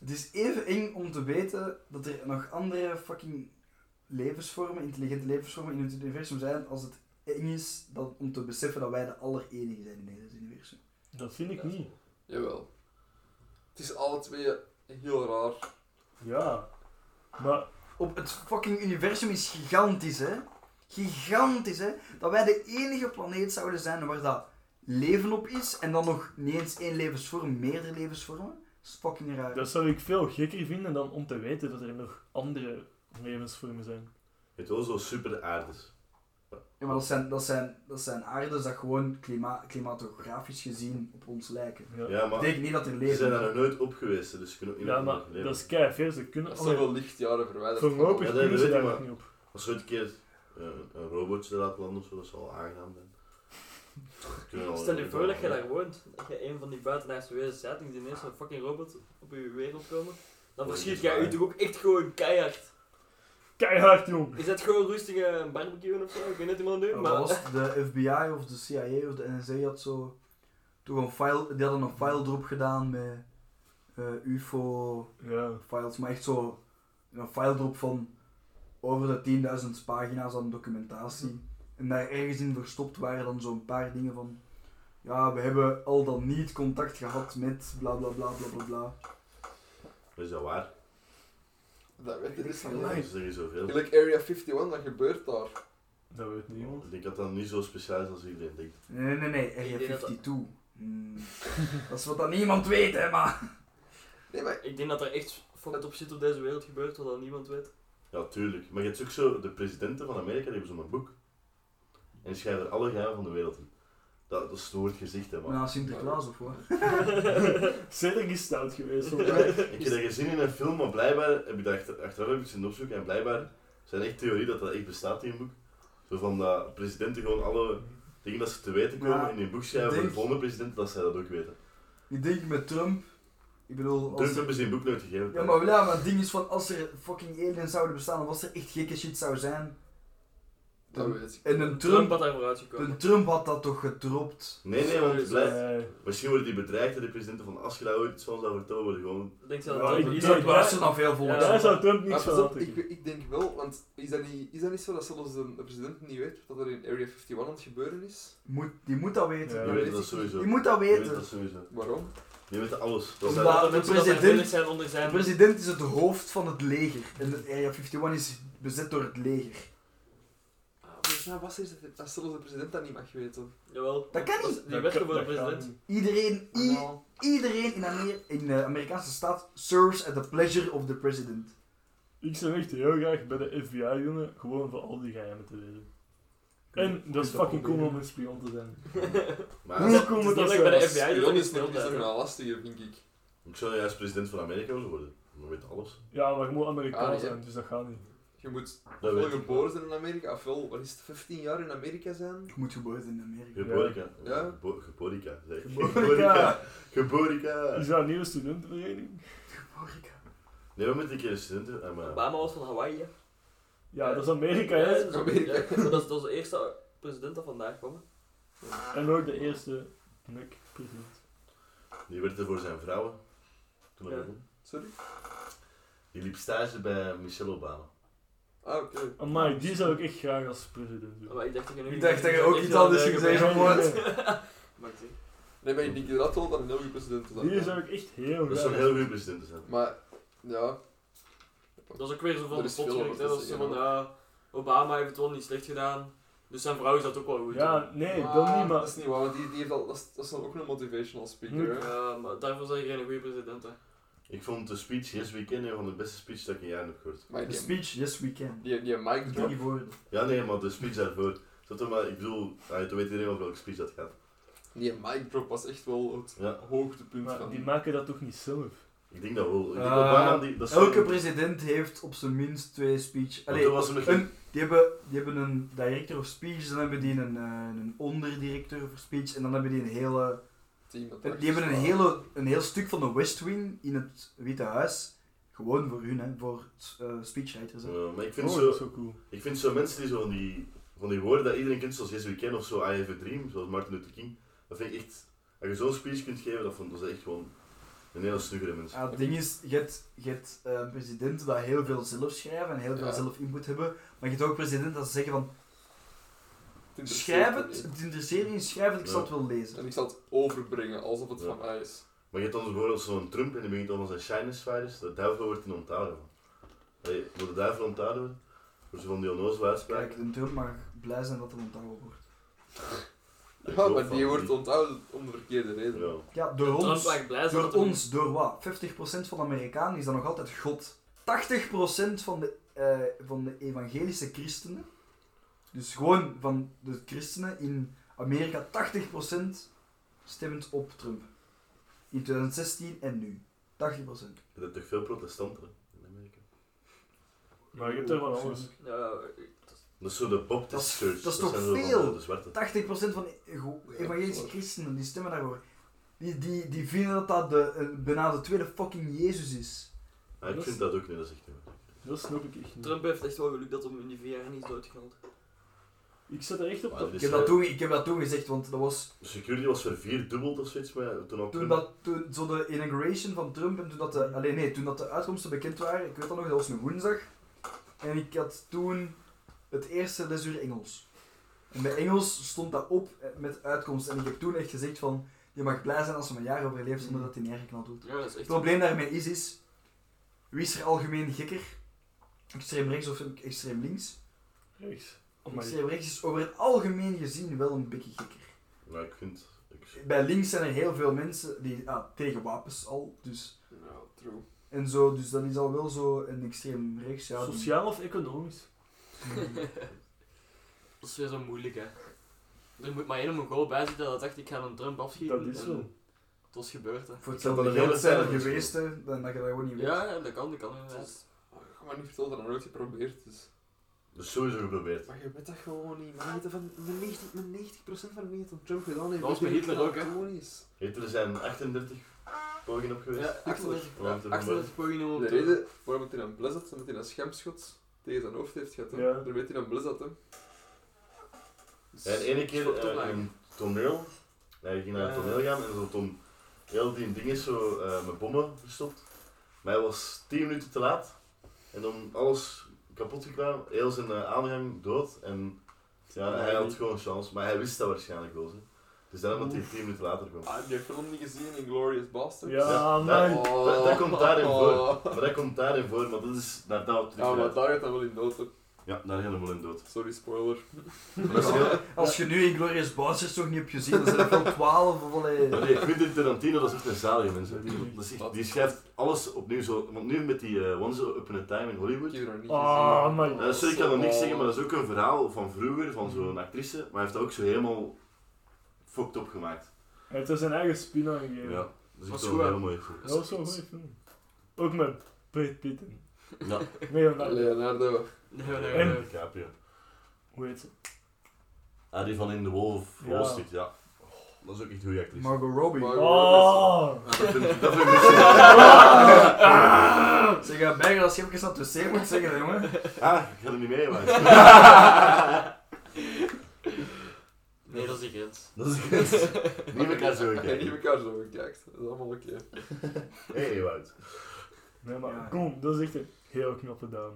Speaker 3: Het is even eng om te weten dat er nog andere fucking levensvormen, intelligente levensvormen in het universum zijn, als het eng is dat, om te beseffen dat wij de allerenige zijn in het universum.
Speaker 2: Dat vind ik niet.
Speaker 5: Jawel. Het is alle twee heel raar.
Speaker 2: Ja. Maar,
Speaker 3: Op het fucking universum is gigantisch, hè? Gigantisch, hè? Dat wij de enige planeet zouden zijn waar dat leven op is en dan nog niet eens één levensvorm, meerdere levensvormen. Dat is fucking raar.
Speaker 2: dat zou ik veel gekker vinden dan om te weten dat er nog andere levensvormen zijn.
Speaker 4: Het was zo super aardig.
Speaker 3: Ja, maar dat zijn, dat zijn, dat zijn aardes dat gewoon klima klimatografisch gezien op ons lijken.
Speaker 2: Ja.
Speaker 4: Ja,
Speaker 3: Dat
Speaker 4: maar
Speaker 3: betekent niet dat er
Speaker 4: ze
Speaker 3: leven
Speaker 4: zijn daar
Speaker 3: is.
Speaker 4: nog nooit op geweest, hè, dus ze kunnen ook niet
Speaker 2: Ja,
Speaker 4: op
Speaker 2: maar
Speaker 4: hun leven.
Speaker 2: dat is kei ver. Ze kunnen
Speaker 5: Dat is toch
Speaker 2: allee,
Speaker 5: wel lichtjaren verwijderd. van
Speaker 2: Voorlopig
Speaker 4: Ja, dat
Speaker 5: elkaar.
Speaker 2: kunnen ze
Speaker 4: weet ik
Speaker 2: daar nog
Speaker 4: maar.
Speaker 2: niet op.
Speaker 4: Als we ooit een keer eh, een robotje laat landen of zo, dat zal aangenaam zijn. Dat kunnen we al-
Speaker 1: Stel je voor dat je daar woont, dat je een van die buitenaardse wezens bent, en die ineens een fucking robot op je wereld komen. Dan
Speaker 4: Oh,
Speaker 1: verschiet
Speaker 4: dat is
Speaker 1: jij u
Speaker 4: waar.
Speaker 1: toch ook echt gewoon keihard.
Speaker 2: Keihard, jong!
Speaker 1: Is dat gewoon rustig eh, een barbecue of zo? Ik weet niet wat doen,
Speaker 3: Maar dat
Speaker 1: maar...
Speaker 3: was de FBI of de CIA of de NSA had zo toch een file, die hadden een file drop gedaan met eh, UFO
Speaker 2: Ja.
Speaker 3: files, maar echt zo een file drop van over de 10.000 pagina's aan documentatie. En daar ergens in verstopt waren dan zo'n paar dingen van. Ja, we hebben al dan niet contact gehad met bla bla bla bla bla bla.
Speaker 4: Is dat waar?
Speaker 5: Dat weet ik niet.
Speaker 3: Ja.
Speaker 4: Dat is er zoveel.
Speaker 5: Gelijk Area 51, dat gebeurt daar.
Speaker 2: Dat weet niemand.
Speaker 4: Ik denk dat dat niet zo speciaal is als iedereen denkt.
Speaker 3: Nee, nee, nee,
Speaker 1: Ik denk
Speaker 3: Area
Speaker 1: dat dat-
Speaker 3: 52. Hmm. [LAUGHS] dat is wat dan niemand weet, hè, maar.
Speaker 5: Nee, maar
Speaker 1: Ik denk dat er echt fucked op shit op deze wereld gebeurt, wat dan niemand weet.
Speaker 4: Ja, tuurlijk. Maar je hebt ook zo, de presidenten van Amerika die hebben zo'n boek. En die schrijven er alle geheimen van de wereld in. Dat, dat stoort gezicht, hè, man.
Speaker 3: Na Nou, Sinterklaas of wat?
Speaker 2: Cedric is stout geweest. hoor.
Speaker 4: Ik heb dat gezien in een film, maar blijkbaar heb ik dat achter, achteraf heb ik het zien opzoeken en blijkbaar zijn echt theorie dat dat echt bestaat in een boek. Zo van dat presidenten gewoon alle dingen dat ze te weten komen
Speaker 3: Ja,
Speaker 4: in hun boek schrijven
Speaker 3: denk-
Speaker 4: voor de volgende president, dat zij dat ook weten.
Speaker 3: Ik denk met Trump. Ik bedoel, als
Speaker 4: Trump hebben ze in boek nooit gegeven.
Speaker 3: Ja, maar ja, maar het ding is van als er fucking aliens zouden bestaan of als er echt gekke shit zou zijn,
Speaker 5: Dat weet ik.
Speaker 3: En een
Speaker 1: Trump
Speaker 3: Trump,
Speaker 1: had daar vooruit
Speaker 3: een
Speaker 1: gekomen.
Speaker 3: Trump had dat toch gedropt?
Speaker 4: Nee, nee, want
Speaker 1: Sowieso.
Speaker 4: blijf-
Speaker 2: Eh,
Speaker 4: misschien wordt die bedreigd door de presidenten van als je dat ooit zo zou vertonen, gewoon.
Speaker 1: Ik denk zelf
Speaker 2: Ja,
Speaker 1: dat
Speaker 2: ik-
Speaker 1: het-
Speaker 2: ik-
Speaker 3: Trump luistert naar veel volks.
Speaker 1: Ja,
Speaker 2: Daar zou Trump niks
Speaker 5: Maar
Speaker 2: van
Speaker 5: pas op, ik,
Speaker 2: aantrekken.
Speaker 5: ik denk wel, want is dat, niet, is dat niet zo dat zelfs de, de president niet weet wat er in Area 51 aan het gebeuren is?
Speaker 3: Moet, die moet dat weten.
Speaker 2: Ja.
Speaker 4: Je
Speaker 2: dat
Speaker 4: weet
Speaker 5: weet
Speaker 4: dat
Speaker 5: ik.
Speaker 4: sowieso.
Speaker 3: Die moet dat
Speaker 4: Je weet
Speaker 3: weten.
Speaker 4: dat sowieso.
Speaker 5: Waarom?
Speaker 4: Je weet alles. Dat
Speaker 1: dat
Speaker 4: is
Speaker 1: er
Speaker 3: Omdat-
Speaker 4: eigenlijk-
Speaker 3: de
Speaker 1: mensen dat
Speaker 3: president-
Speaker 1: vrijwillig zijn onder
Speaker 3: De
Speaker 1: zijn...
Speaker 3: president is het hoofd van het leger. En de Area 51 is bezet door het leger.
Speaker 5: Ah, volgens mij was er dat- dat zelfs de president dat niet mag weten.
Speaker 1: Jawel.
Speaker 3: Dat kan
Speaker 1: is-
Speaker 3: niet.
Speaker 1: Die werd gewoon
Speaker 2: Dat kan
Speaker 1: president. [LAUGHS]
Speaker 2: niet.
Speaker 3: Iedereen,
Speaker 5: Ah,
Speaker 3: i-
Speaker 5: nou.
Speaker 3: iedereen in, Amer- in de Amerikaanse staat serves at the pleasure of the president.
Speaker 2: Ik zou echt heel graag bij de FBI jongen gewoon voor al die geheimen te weten. En dat is fucking cool om een spion te zijn.
Speaker 4: Maar
Speaker 2: Hoe
Speaker 4: als-
Speaker 2: cool
Speaker 1: het
Speaker 2: moet
Speaker 1: is
Speaker 2: dat
Speaker 1: niet bij de
Speaker 2: zijn?
Speaker 1: FBI. dat
Speaker 5: Spion
Speaker 1: is
Speaker 5: is nog
Speaker 1: heel
Speaker 5: is nog
Speaker 1: duidelijk.
Speaker 5: een lastige, vind ik.
Speaker 4: ik zou juist president van Amerika willen worden. Je weet alles.
Speaker 2: Ja, maar je moet
Speaker 5: Ah,
Speaker 2: Amerikaan
Speaker 5: nee.
Speaker 2: zijn, dus dat gaat niet.
Speaker 5: Je moet
Speaker 4: Dat
Speaker 5: wel
Speaker 4: weet ik.
Speaker 5: geboren zijn in Amerika, ofwel, wat is het, 15 jaar in Amerika zijn?
Speaker 3: Ik moet geboren zijn in Amerika.
Speaker 4: Geborica.
Speaker 5: Ja.
Speaker 4: Gebo- Geborica, zeg [LAUGHS] ik.
Speaker 3: Geborica.
Speaker 4: Geborica. Geborica.
Speaker 2: Is dat een nieuwe studentenvereniging?
Speaker 3: Amerika.
Speaker 4: Nee, we moeten een keer studenten. eh, maar-
Speaker 1: Obama was van Hawaii, hè.
Speaker 2: Ja, dat is Amerika, hè?
Speaker 1: Ja,
Speaker 5: Amerika.
Speaker 1: ja, maar dat is dat is de eerste president dat vandaag kwam.
Speaker 2: En ook de eerste nek president.
Speaker 4: Die werd er voor zijn vrouwen. Toen dat
Speaker 1: Ja.
Speaker 4: begon.
Speaker 5: Sorry?
Speaker 4: Die liep stage bij Michelle Obama.
Speaker 2: Oh,
Speaker 5: Ah, oké.
Speaker 2: Amai, die zou ik echt graag als president doen.
Speaker 1: Maar ik dacht dat je nu...
Speaker 3: Ik dacht dat je ook iets anders ging
Speaker 2: Nee,
Speaker 3: zeggen,
Speaker 2: nee,
Speaker 3: maar...
Speaker 2: nee. [LAUGHS]
Speaker 1: Maar ik zie.
Speaker 5: Nee, maar ik denk dat wel dat een heel goed president is.
Speaker 2: Die zou ik echt heel
Speaker 4: Dat zou een
Speaker 2: graag...
Speaker 4: heel dus, goede president zijn.
Speaker 5: Maar, ja.
Speaker 1: [LAUGHS] Dat is ook weer zo van
Speaker 5: Er
Speaker 1: de
Speaker 5: is veel
Speaker 1: potgericht, hè.
Speaker 5: over
Speaker 1: Dat
Speaker 5: te
Speaker 1: is zo van,
Speaker 5: zeggen,
Speaker 1: ja, Obama heeft het wel niet slecht gedaan. Dus zijn vrouw is dat ook wel goed.
Speaker 2: Ja, nee,
Speaker 5: Ah,
Speaker 2: dat niet,
Speaker 5: Dat
Speaker 2: maar...
Speaker 5: is niet waar, want die, die heeft al, dat, is, dat is dan ook een motivational speaker.
Speaker 2: Moet-
Speaker 5: hè.
Speaker 1: Ja, maar daarvoor zijn geen goede presidenten.
Speaker 4: Ik vond de speech Yes We Can een van de beste speeches dat ik in jaren heb gehoord.
Speaker 5: Maar
Speaker 3: The
Speaker 5: die,
Speaker 3: speech, yes we can.
Speaker 5: die, die mic drop.
Speaker 3: Drie woorden.
Speaker 4: Ja, nee, maar de speech daarvoor. [LAUGHS] Zat er maar, ik bedoel, ah, toen weet iedereen over welke speech dat gaat.
Speaker 5: Die mic drop was echt wel het
Speaker 4: Ja.
Speaker 5: hoogtepunt
Speaker 2: Maar
Speaker 5: van.
Speaker 2: die maken dat toch niet zelf?
Speaker 4: Ik denk dat wel. Ik denk
Speaker 2: Ah.
Speaker 3: Eh,
Speaker 4: Obama, die, dat is
Speaker 3: Elke president heeft op zijn minst twee speech.
Speaker 4: Want
Speaker 3: Allee,
Speaker 4: toen was er nog
Speaker 3: een- die, hebben, die hebben een director of speech, dan hebben die een, eh, een onderdirector voor speech, en dan hebben die een hele.
Speaker 5: team dat daar
Speaker 3: Die hebben een,
Speaker 5: is.
Speaker 3: hele, een heel stuk van de West Wing in het Witte Huis. Gewoon voor hun, hè, voor eh, speechwriters. hè.
Speaker 4: Eh, maar ik vind,
Speaker 2: Oh, dat is
Speaker 4: zo,
Speaker 2: zo cool.
Speaker 4: ik vind zo mensen die zo van die, van die woorden dat iedereen kent, zoals Yes We Can of zo, I Have a Dream, zoals Martin Luther King. Dat vind ik echt, als je zo'n speech kunt geven, dat, vond, dat is echt gewoon een hele snuggere mens.
Speaker 3: Ah, het ding is, je hebt, je hebt eh, presidenten dat heel veel zelf schrijven en heel veel
Speaker 5: Ja.
Speaker 3: zelf input hebben, maar je hebt ook presidenten dat zeggen van
Speaker 5: Het interesseert
Speaker 3: schrijf
Speaker 5: me
Speaker 3: het,
Speaker 5: niet.
Speaker 3: het interesseert me niet, schrijf het, ik zal het wel lezen.
Speaker 5: En ik zal het overbrengen alsof het
Speaker 4: Ja.
Speaker 5: van mij is.
Speaker 4: Maar je hebt dan bijvoorbeeld zo'n Trump en die begint dan van zijn shyness virus, de duivel wordt in onthouden. Allee, Wordt de duivel onthouden worden? Voor zo van die onnozele uitspraken.
Speaker 3: Kijk, de Trump mag blij zijn dat er onthouden wordt.
Speaker 4: Ik
Speaker 5: Ja,
Speaker 4: geloof
Speaker 5: maar
Speaker 4: van
Speaker 5: die wordt
Speaker 4: niet.
Speaker 5: onthouden om de verkeerde reden.
Speaker 4: Ja.
Speaker 3: Ja, door
Speaker 1: Trump
Speaker 3: ons.
Speaker 1: mag blij zijn
Speaker 3: Door
Speaker 1: dat hij-
Speaker 3: ons, door wat? 50% van de Amerikanen is dan nog altijd God. 80% van de, eh, van de evangelische christenen, dus gewoon van de christenen in Amerika, 80% stemt op Trump. In 2016 en nu. 80%.
Speaker 4: Je hebt toch veel protestanten hè, in Amerika?
Speaker 2: Maar je hebt er van alles.
Speaker 1: Ja,
Speaker 4: Dat is zo de
Speaker 3: Dat
Speaker 4: Baptist
Speaker 3: is-
Speaker 4: Church.
Speaker 3: dat is toch
Speaker 4: zijn zo van
Speaker 3: veel?
Speaker 4: De zwarte.
Speaker 3: 80% van de evo-
Speaker 5: Ja,
Speaker 3: evangelische
Speaker 5: dat is waar.
Speaker 3: christenen die stemmen daarvoor. Die, die, die vinden dat dat de, eh, bijna de tweede fucking Jezus is.
Speaker 4: Ah, ik
Speaker 2: Dat
Speaker 4: vind
Speaker 2: is-
Speaker 4: dat ook niet, dat is echt niet waar.
Speaker 2: Dat snap ik echt niet.
Speaker 1: Trump heeft echt wel geluk dat hem in die vier jaar niet is doodgehaald.
Speaker 2: Ik zet er echt op
Speaker 4: Maar
Speaker 2: dat...
Speaker 4: dit
Speaker 3: Ik
Speaker 4: is,
Speaker 3: heb
Speaker 4: eh,
Speaker 3: dat toen, ik heb dat toen gezegd, want dat was
Speaker 4: Security was vervierdubbeld of zoiets, maar toen al
Speaker 3: Toen, dat, toen zo de inauguration van Trump en toen dat de, alleen nee, toen dat de uitkomsten bekend waren, ik weet dat nog, dat was een woensdag. En ik had toen het eerste lesuur Engels. En bij Engels stond dat op eh, met uitkomst. En ik heb toen echt gezegd van, je mag blij zijn als je een jaar overleeft zonder dat hij neergeknald wordt.
Speaker 1: Ja, dat is
Speaker 3: Het
Speaker 1: echt...
Speaker 3: probleem daarmee is, is, wie is er algemeen gekker? Extreem rechts of extreem links?
Speaker 2: Rechts.
Speaker 3: Extreem rechts is over het algemeen gezien wel een beetje gekker.
Speaker 4: Nou, ik vind... Ik...
Speaker 3: Bij links zijn er heel veel mensen die ah, tegen wapens al, dus...
Speaker 5: Ja, true.
Speaker 3: En zo, dus dat is al wel zo een extreem rechts. Ja, die-
Speaker 2: Sociaal of economisch?
Speaker 1: Dat is weer zo moeilijk, hè. Er moet maar één Mongool bij zitten dat dacht, ik ga een Trump afschieten.
Speaker 2: Dat is
Speaker 1: en
Speaker 2: wel.
Speaker 1: Het was gebeurd, hè.
Speaker 3: Voor
Speaker 4: Ik
Speaker 3: hetzelfde
Speaker 4: heb dat
Speaker 3: geld
Speaker 4: een
Speaker 3: zijn er
Speaker 4: hele tijd
Speaker 3: geweest, hè, dan dat je dat gewoon niet weet.
Speaker 1: Ja, ja, dat kan, dat kan inderdaad.
Speaker 5: Oh, ik ga maar niet vertellen dat dat nooit geprobeerd is.
Speaker 4: Dus sowieso geprobeerd.
Speaker 5: Maar je weet dat gewoon niet. Maar weten van de 90, met 90% van de dingen dat Trump gedaan heeft.
Speaker 1: Dat was
Speaker 5: weet
Speaker 1: bij
Speaker 5: je
Speaker 1: Hitler
Speaker 5: dat
Speaker 1: ook, hè?
Speaker 5: gewoon is.
Speaker 4: Weet je, er zijn 38 pogingen op geweest.
Speaker 1: Ja, 38
Speaker 4: Om hem te
Speaker 1: 38 pogingen om
Speaker 5: De
Speaker 1: te doen.
Speaker 5: reden waarom het in een bless had, omdat hij een schermschot tegen zijn hoofd heeft gehad. hè.
Speaker 2: Ja.
Speaker 5: Daar weet hij een bless had, hè.
Speaker 4: En de ene keer
Speaker 1: Stop te
Speaker 4: eh, in
Speaker 1: maken.
Speaker 4: een toneel, nee, ik ging naar het
Speaker 1: Ja.
Speaker 4: toneel gaan en zo'n ton, heel die ding is zo eh, met bommen verstopt. Maar hij was 10 minuten te laat en dan alles kapot geklaar, heel zijn eh, aanhang dood en ja, hij had gewoon een chance, maar hij wist dat waarschijnlijk wel. hè. Dus daarom dat hij 10 minuten later kwam.
Speaker 5: Ah, heb je de film niet gezien in Glorious Bastards?
Speaker 2: Ja,
Speaker 4: dat-
Speaker 2: man.
Speaker 4: dat- dat komt daarin voor.
Speaker 5: Oh.
Speaker 4: Maar dat komt daarin voor, maar dat is naar dat terug.
Speaker 5: Ja, maar daar gaat dan wel in dood. hè.
Speaker 4: Ja, daar gaan we wel in dood.
Speaker 5: Sorry, spoiler.
Speaker 4: Maar
Speaker 3: [LAUGHS]
Speaker 4: dat is heel...
Speaker 3: Als je nu in Glorious Bastards toch niet hebt gezien, dan zijn er wel 12 of allee.
Speaker 4: Maar nee, Quentin Tarantino, dat is echt een zalige mensen. Die, dat is echt- die schrijft alles opnieuw zo. Want nu met die eh, Once Upon a Time in
Speaker 5: Ik
Speaker 4: Hollywood.
Speaker 5: heb er nog niet
Speaker 2: Ah,
Speaker 5: gezien.
Speaker 2: man.
Speaker 4: Eh, sorry, ik kan nog
Speaker 5: Oh.
Speaker 4: niks zeggen, maar dat is ook een verhaal van vroeger, van zo'n actrice. Maar hij heeft dat ook zo helemaal fucked up gemaakt.
Speaker 2: Hij heeft er zijn eigen spin aan gegeven.
Speaker 4: Ja, dat is
Speaker 1: Dat
Speaker 4: echt
Speaker 1: is
Speaker 4: wel een
Speaker 1: goed.
Speaker 4: heel mooi film.
Speaker 2: Dat was wel een goede film. Ook met Brad Pitt en...
Speaker 4: Ja,
Speaker 2: Nee, dan dat.
Speaker 5: Leonardo.
Speaker 1: Nee, nee, nee.
Speaker 2: En-
Speaker 1: nee.
Speaker 4: DiCaprio.
Speaker 2: Hoe heet ze?
Speaker 4: Ah, die van In The Wolf of Wall
Speaker 2: Ja.
Speaker 4: Street, ja. Oh, dat is ook echt een goede actrice.
Speaker 3: Margot Robbie. [LAUGHS]
Speaker 5: Margot
Speaker 2: Oh!
Speaker 4: Ah, dat vind ik, dat vind ik niet
Speaker 3: Zeg, eh, Berger, als je even naar het wc moet zeggen, jongen.
Speaker 4: zo- [LAUGHS] Ah, ik ga er niet mee, maar...
Speaker 1: Nee, dat is die grens.
Speaker 4: Dat is goed. Niet elkaar zo
Speaker 5: Robbie. En niet
Speaker 4: kijken.
Speaker 5: elkaar zo kijkt. Dat is allemaal oké.
Speaker 4: Hey, Wout.
Speaker 2: Nee, maar
Speaker 3: Ja.
Speaker 2: kom, dat is echt een heel knappe dame.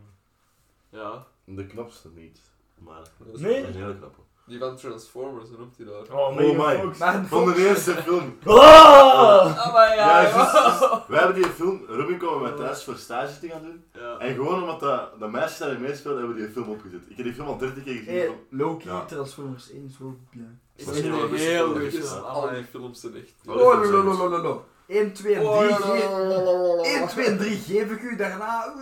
Speaker 1: Ja.
Speaker 4: De knapste niet, maar...
Speaker 5: Dat is-
Speaker 2: Nee.
Speaker 4: Een hele knappe.
Speaker 5: Die van Transformers, hoe noemt hij daar?
Speaker 2: Oh,
Speaker 4: Megan
Speaker 2: my.
Speaker 4: Fox.
Speaker 3: Maar
Speaker 4: Van de eerste film. Oh.
Speaker 2: Ah!
Speaker 1: Ah, maar ja.
Speaker 4: Ja, juist, juist. [LAUGHS] We hebben die film, Robin kwam met thuis voor stage te gaan doen.
Speaker 1: Ja.
Speaker 4: En gewoon omdat dat, dat meisje daarin meespeelde, hebben we die film opgezet. Ik heb die film al 30 keer gezien.
Speaker 3: Hey, Loki
Speaker 4: Ja.
Speaker 3: Transformers 1 is ook bien.
Speaker 1: Is
Speaker 4: Misschien
Speaker 1: echt
Speaker 4: wel
Speaker 1: een
Speaker 4: een
Speaker 1: heel
Speaker 4: goede
Speaker 1: goede
Speaker 4: film.
Speaker 1: film.
Speaker 5: Al
Speaker 1: Amai.
Speaker 5: die films zijn echt...
Speaker 4: Oh,
Speaker 3: Oh, lo, lo, lo, lo, lo. 1, 2 en 3 1, 2 en 3 geef ik u, daarna...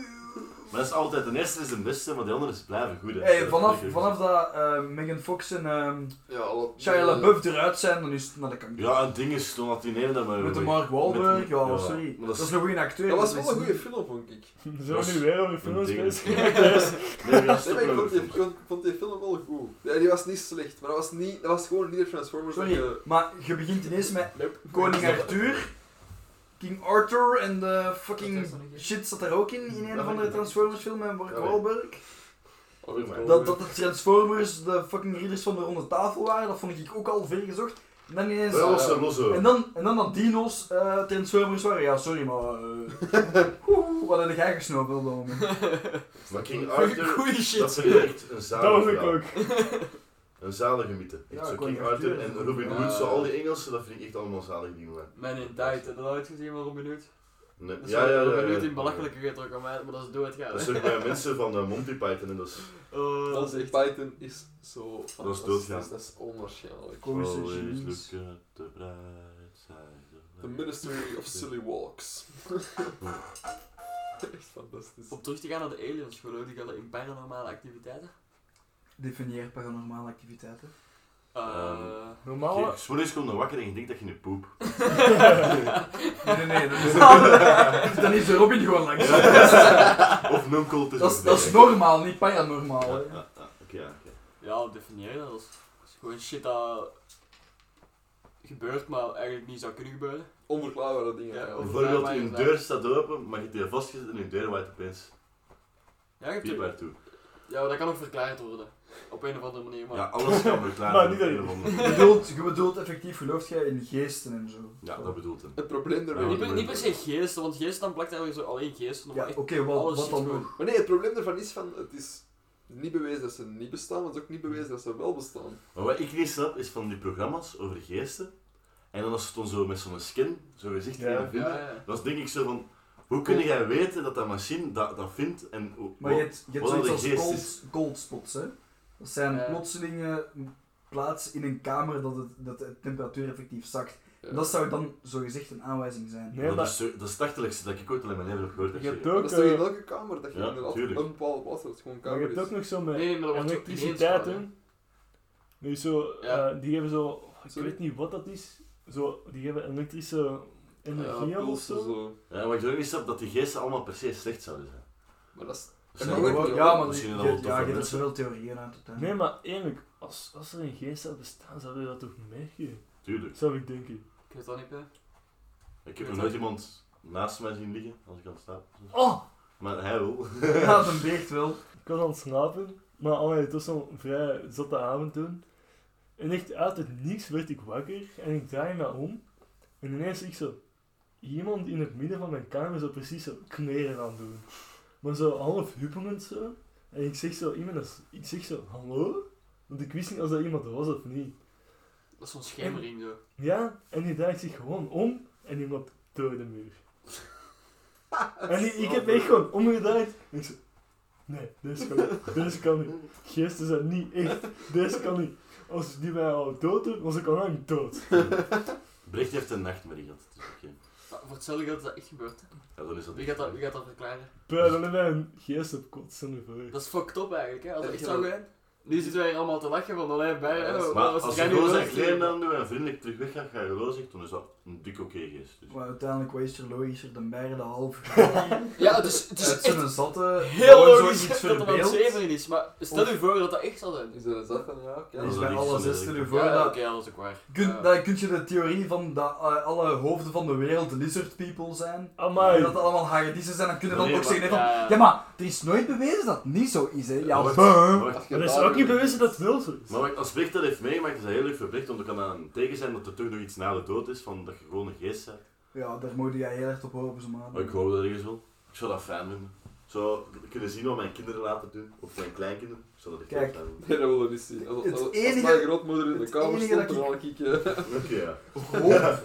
Speaker 4: Maar dat is altijd, de eerste is de beste, maar de andere is blijven goed. hè.
Speaker 3: Hey,
Speaker 4: Dat
Speaker 3: vanaf,
Speaker 4: heb ik
Speaker 3: vanaf
Speaker 4: gezien.
Speaker 3: dat eh, Megan Fox en ehm
Speaker 5: Ja, alle...
Speaker 3: Shia LaBeouf eruit zijn, dan is het naar de kant.
Speaker 4: Ja, het ding is, toen had die ene dat maar...
Speaker 3: Met de Mark
Speaker 4: Met-
Speaker 3: Wahlberg, ja,
Speaker 4: ja,
Speaker 3: sorry.
Speaker 4: maar
Speaker 3: Dat
Speaker 4: dat is-
Speaker 3: is een goede acteur.
Speaker 5: Dat was
Speaker 3: maar
Speaker 5: wel een goede film, vond ik.
Speaker 2: [LAUGHS] Zo nu weer over films
Speaker 4: ding.
Speaker 1: [LAUGHS]
Speaker 2: bezig.
Speaker 3: [LAUGHS]
Speaker 4: Nee, dat is
Speaker 5: Nee,
Speaker 4: toch
Speaker 5: maar ik
Speaker 4: wel een
Speaker 5: vond die,
Speaker 4: film.
Speaker 5: ik vond- vond die film wel goed. Ja, die was niet slecht, maar dat was, niet, dat was gewoon niet de Transformers.
Speaker 3: Sorry,
Speaker 5: dat je-
Speaker 3: maar je begint ineens met
Speaker 1: Nope.
Speaker 3: Koning Arthur, King Arthur en de fucking
Speaker 1: Dat is nog niet.
Speaker 3: shit zat er ook in, in een van de Transformers filmen en Mark
Speaker 4: Ja, nee.
Speaker 3: Wahlberg.
Speaker 5: Oh, ik
Speaker 4: Dat-
Speaker 3: Dat, dat de Transformers de fucking ridders van de ronde tafel waren, dat vond ik ook al ver gezocht. En dan ineens... eh,
Speaker 4: Dat was een losse...
Speaker 3: En dan, en dan dat dino's eh, Transformers waren, ja sorry maar... eh, oeh, wat heb jij gesnopen op dat moment?
Speaker 4: Maar
Speaker 3: [LAUGHS]
Speaker 4: King Arthur,
Speaker 1: Goeie
Speaker 4: dat
Speaker 1: shit.
Speaker 4: vind ik echt een
Speaker 2: Dat
Speaker 4: zalige
Speaker 2: was ik
Speaker 4: verhaal.
Speaker 2: ook.
Speaker 4: Een zalige mythe.
Speaker 3: Ja,
Speaker 4: Echt zo
Speaker 3: ik wou
Speaker 4: King
Speaker 3: net
Speaker 4: Arthur en
Speaker 3: zeggen.
Speaker 4: Robin
Speaker 5: Ja.
Speaker 4: Hood, zo al die Engelsen, dat vind ik echt allemaal zalige dingen. man.
Speaker 1: Man in Tijd, heb je dat ooit gezien van Robin Hood?
Speaker 4: Nee.
Speaker 1: Dat is
Speaker 4: Ja, ja, ja.
Speaker 1: Robin
Speaker 4: ja.
Speaker 1: Hood in belachelijke getrokken, maar maar dat is doodgaan.
Speaker 4: Dat is ook bij mensen van eh, Monty Python en dat is...
Speaker 1: Oh,
Speaker 5: Dat is echt... Python is zo
Speaker 4: Dat is
Speaker 5: fantastisch.
Speaker 4: doodgaan.
Speaker 5: Dat is onwaarschijnlijk.
Speaker 3: Komische
Speaker 4: Always
Speaker 3: genies.
Speaker 4: look at the bright side of
Speaker 5: The
Speaker 4: life.
Speaker 5: Ministry of Silly
Speaker 4: [LAUGHS]
Speaker 5: Walks. echt fantastisch.
Speaker 1: Om terug te gaan naar de aliens, geloof ik, hadden in paranormale activiteiten.
Speaker 3: Definieer paranormale activiteiten.
Speaker 4: Ehm.
Speaker 1: Eh,
Speaker 2: Normaal...
Speaker 4: Kijk, S'morgens kom je wakker en je denkt dat je in poep.
Speaker 1: Eh,
Speaker 3: Nee, nee, nee, [LAUGHS] dat is, dan is de Robin gewoon langs.
Speaker 4: [LAUGHS] of nunkel, het is
Speaker 3: Dat
Speaker 4: ook
Speaker 3: is, dat is
Speaker 4: niet.
Speaker 3: normaal, niet paranormaal.
Speaker 4: Ja,
Speaker 3: hè.
Speaker 4: ja, ja. Oké, ja, oké.
Speaker 1: [LAUGHS] ja, definiëren, dat is, dat is gewoon shit dat gebeurt, maar eigenlijk niet zou kunnen gebeuren.
Speaker 5: Onverklaarbare dingen.
Speaker 1: Ja,
Speaker 5: eigenlijk.
Speaker 4: Bijvoorbeeld,
Speaker 1: mij
Speaker 4: je
Speaker 1: is dat.
Speaker 4: deur staat open, maar je hebt die vastgezet en je deur waait opeens
Speaker 1: Ja, je hebt
Speaker 4: piep
Speaker 1: er-
Speaker 4: naartoe.
Speaker 1: ja, maar dat kan ook verklaard worden. Op een of andere manier, maar...
Speaker 4: Ja, alles kan verklaren.
Speaker 2: Maar niet dat je-
Speaker 4: Een of
Speaker 3: Je
Speaker 4: andere-
Speaker 3: bedoelt, je bedoelt effectief, gelooft jij in geesten en zo?
Speaker 4: Ja, dat bedoelt hem.
Speaker 5: Het probleem
Speaker 4: Ja,
Speaker 5: daarmee...
Speaker 1: niet,
Speaker 4: want-
Speaker 1: per, niet per se geesten, want geesten dan plakt eigenlijk zo alleen geesten.
Speaker 3: Ja,
Speaker 1: maar
Speaker 3: oké,
Speaker 1: echt-
Speaker 3: wat,
Speaker 1: alles
Speaker 3: wat
Speaker 1: is
Speaker 3: dan
Speaker 1: gewoon-
Speaker 3: nog?
Speaker 5: Maar nee, het probleem daarvan is van... Het is niet bewezen dat ze niet bestaan, maar het is ook niet bewezen dat ze wel bestaan.
Speaker 4: Maar wat ik niet snap is van die programma's over geesten. En dan als ze het dan zo met zo'n skin, zo'n gezicht
Speaker 2: Ja.
Speaker 4: erin vinden.
Speaker 1: ja, ja.
Speaker 4: Dat is denk ik zo van, hoe kun jij weten dat dat machine dat, dat vindt en hoe-
Speaker 3: Maar je hebt, je hebt
Speaker 4: wat
Speaker 3: zoiets
Speaker 4: een
Speaker 3: als
Speaker 4: geest
Speaker 3: cold,
Speaker 4: is.
Speaker 3: cold spots, hè? Dat zijn
Speaker 1: Ja.
Speaker 3: plotselinge plaatsen in een kamer dat, het, dat de temperatuur effectief zakt.
Speaker 5: Ja.
Speaker 3: Dat zou dan zogezegd een aanwijzing zijn.
Speaker 2: Nee,
Speaker 4: dat, is,
Speaker 2: maar...
Speaker 4: zo- dat is het achterlijkste dat ik ooit al in mijn leven heb gehoord.
Speaker 2: Je
Speaker 4: dat
Speaker 2: hebt
Speaker 4: je-
Speaker 5: Maar
Speaker 2: ook...
Speaker 5: dat is toch in
Speaker 2: eh,
Speaker 5: welke kamer dat je
Speaker 4: Ja,
Speaker 5: inderdaad
Speaker 4: tuurlijk.
Speaker 5: een bepaald was, dat het gewoon
Speaker 2: Maar
Speaker 5: kamer
Speaker 2: je hebt
Speaker 5: is.
Speaker 2: ook nog zo met...
Speaker 1: Nee, nee, maar dat wordt ook
Speaker 2: elektriciteit,
Speaker 1: ineens-
Speaker 2: hè. Nu zo,
Speaker 1: Ja.
Speaker 2: eh, die hebben zo, oh, ik
Speaker 5: Sorry?
Speaker 2: weet niet wat dat is, zo, die hebben elektrische energie aan
Speaker 5: Ja,
Speaker 2: of
Speaker 5: pulsen
Speaker 2: zo.
Speaker 5: zo.
Speaker 4: Ja, maar ik zou ook niet snappen dat die geesten allemaal per se slecht zouden zijn.
Speaker 5: Maar dat is...
Speaker 4: Dus
Speaker 5: Ja,
Speaker 4: dat-
Speaker 5: maar
Speaker 3: ja,
Speaker 5: ook-
Speaker 3: maar, ja, maar
Speaker 4: misschien
Speaker 3: je-
Speaker 4: wel
Speaker 3: ja,
Speaker 4: toffe
Speaker 3: je hebt er
Speaker 4: mensen.
Speaker 3: zoveel theorieën uit uiteindelijk.
Speaker 2: Nee, maar eerlijk, als, als er een geest zou bestaan, zou je dat toch merken?
Speaker 4: Tuurlijk.
Speaker 2: Zou ik denken.
Speaker 1: Ik weet dat niet meer.
Speaker 4: Ik heb nog nooit iemand naast mij zien liggen als ik aan het slapen was.
Speaker 2: Oh!
Speaker 4: Maar hij wil.
Speaker 3: Ja, dat beest wel.
Speaker 2: Ik was aan het slapen, maar allee, het was zo'n vrij zotte avond toen. En echt uit het niets werd ik wakker en ik draai me om. En ineens zie ik zo iemand in het midden van mijn kamer zo precies zo kleren aan doen. Maar zo half huppelend zo. En ik zeg zo, iemand is, ik zeg zo, hallo? Want ik wist niet als dat iemand was of niet.
Speaker 1: Dat is zo'n schemering zo.
Speaker 2: Ja, en die draait zich gewoon om en die loopt door de
Speaker 4: [LAUGHS]
Speaker 2: muur. en die- ik heb echt gewoon omgedraaid en ik zo, nee, deze kan niet, deze kan niet. Geesten zijn niet echt, deze kan niet. Als die mij al dood doen, was ik al lang dood.
Speaker 4: [LAUGHS] Brecht heeft een nachtmerrie gehad. Dus oké.
Speaker 1: Maar voor hetzelfde geld is dat echt gebeurd. hè.
Speaker 4: Ja, dan is dat
Speaker 1: Wie gaat dat, wie gaat dat verklaren?
Speaker 2: Puh, dan hebben wij een geest op kotsen ervoor.
Speaker 1: Dat is fucked up eigenlijk, hè? Als dat
Speaker 5: Ja,
Speaker 1: echt
Speaker 5: ja.
Speaker 1: zou zijn. Nu zitten wij hier allemaal te lachen van alleen bij.
Speaker 5: Ja, dat is-
Speaker 1: hè,
Speaker 4: Maar
Speaker 1: wat was
Speaker 4: als
Speaker 1: het
Speaker 4: je
Speaker 1: jij nu
Speaker 4: roze en
Speaker 1: wilt?
Speaker 4: kleren aan doet en vriendelijk terug weggaat, ga je roze echt, dan is dat een dik oké geest. Dus.
Speaker 3: Maar uiteindelijk was er logischer dan beide de
Speaker 1: [LAUGHS]
Speaker 3: half.
Speaker 1: Ja, dus het is
Speaker 3: het zijn
Speaker 1: echt
Speaker 3: een zatte.
Speaker 1: heel
Speaker 3: gewoon zo
Speaker 1: logisch [LAUGHS]
Speaker 3: iets
Speaker 1: dat er aan het
Speaker 3: verbeeld.
Speaker 1: zeven is. Maar stel je voor dat dat echt zou zijn.
Speaker 5: Is dat dat dan? Ja, oké.
Speaker 3: Dat is
Speaker 4: Ja,
Speaker 3: bij
Speaker 4: dat
Speaker 3: alle
Speaker 4: is
Speaker 3: zes
Speaker 4: een-
Speaker 3: te
Speaker 1: Ja,
Speaker 3: voor
Speaker 1: ja, oké,
Speaker 3: dat.
Speaker 1: dat is ook waar.
Speaker 3: Kun,
Speaker 1: Ja.
Speaker 3: dan kun je de theorie van dat eh, alle hoofden van de wereld lizard people zijn.
Speaker 2: Amai.
Speaker 3: En dat het allemaal hagedissen zijn, dan kun je dan
Speaker 4: Nee,
Speaker 3: ook
Speaker 4: maar-
Speaker 3: zeggen van...
Speaker 1: ja,
Speaker 3: Ja.
Speaker 1: ja.
Speaker 3: maar er is nooit bewezen dat het niet zo is, hè. Ja,
Speaker 4: maar,
Speaker 3: buh.
Speaker 4: maar-
Speaker 5: Als je
Speaker 2: Maar dat is
Speaker 5: daar-
Speaker 2: ook niet bewezen dat het wel zo is.
Speaker 4: maar wacht, als Brecht dat heeft meegemaakt, is dat heel erg verplicht, want dan kan dat een teken zijn dat er toch nog iets na de dood is, van dat je gewoon een geest bent.
Speaker 3: Ja, daar moet jij heel erg op hopen, zo maar.
Speaker 4: Maar ik hoop dat ergens wel. Ik zou dat fijn vinden. Zo kunnen zien wat mijn kinderen laten doen, of mijn kleinkinderen. Ik zou dat echt heel
Speaker 3: Kijk.
Speaker 4: fijn vinden.
Speaker 5: Nee, dat wil ik niet zien. Als,
Speaker 3: Het
Speaker 5: als, als
Speaker 3: enige-
Speaker 5: mijn grootmoeder in de
Speaker 3: het
Speaker 5: kamer
Speaker 3: enige
Speaker 5: stond,
Speaker 3: dat
Speaker 5: dan
Speaker 3: ik-
Speaker 5: zal ik... eh,
Speaker 4: Oké, ja.
Speaker 5: [LAUGHS]
Speaker 3: Hoop.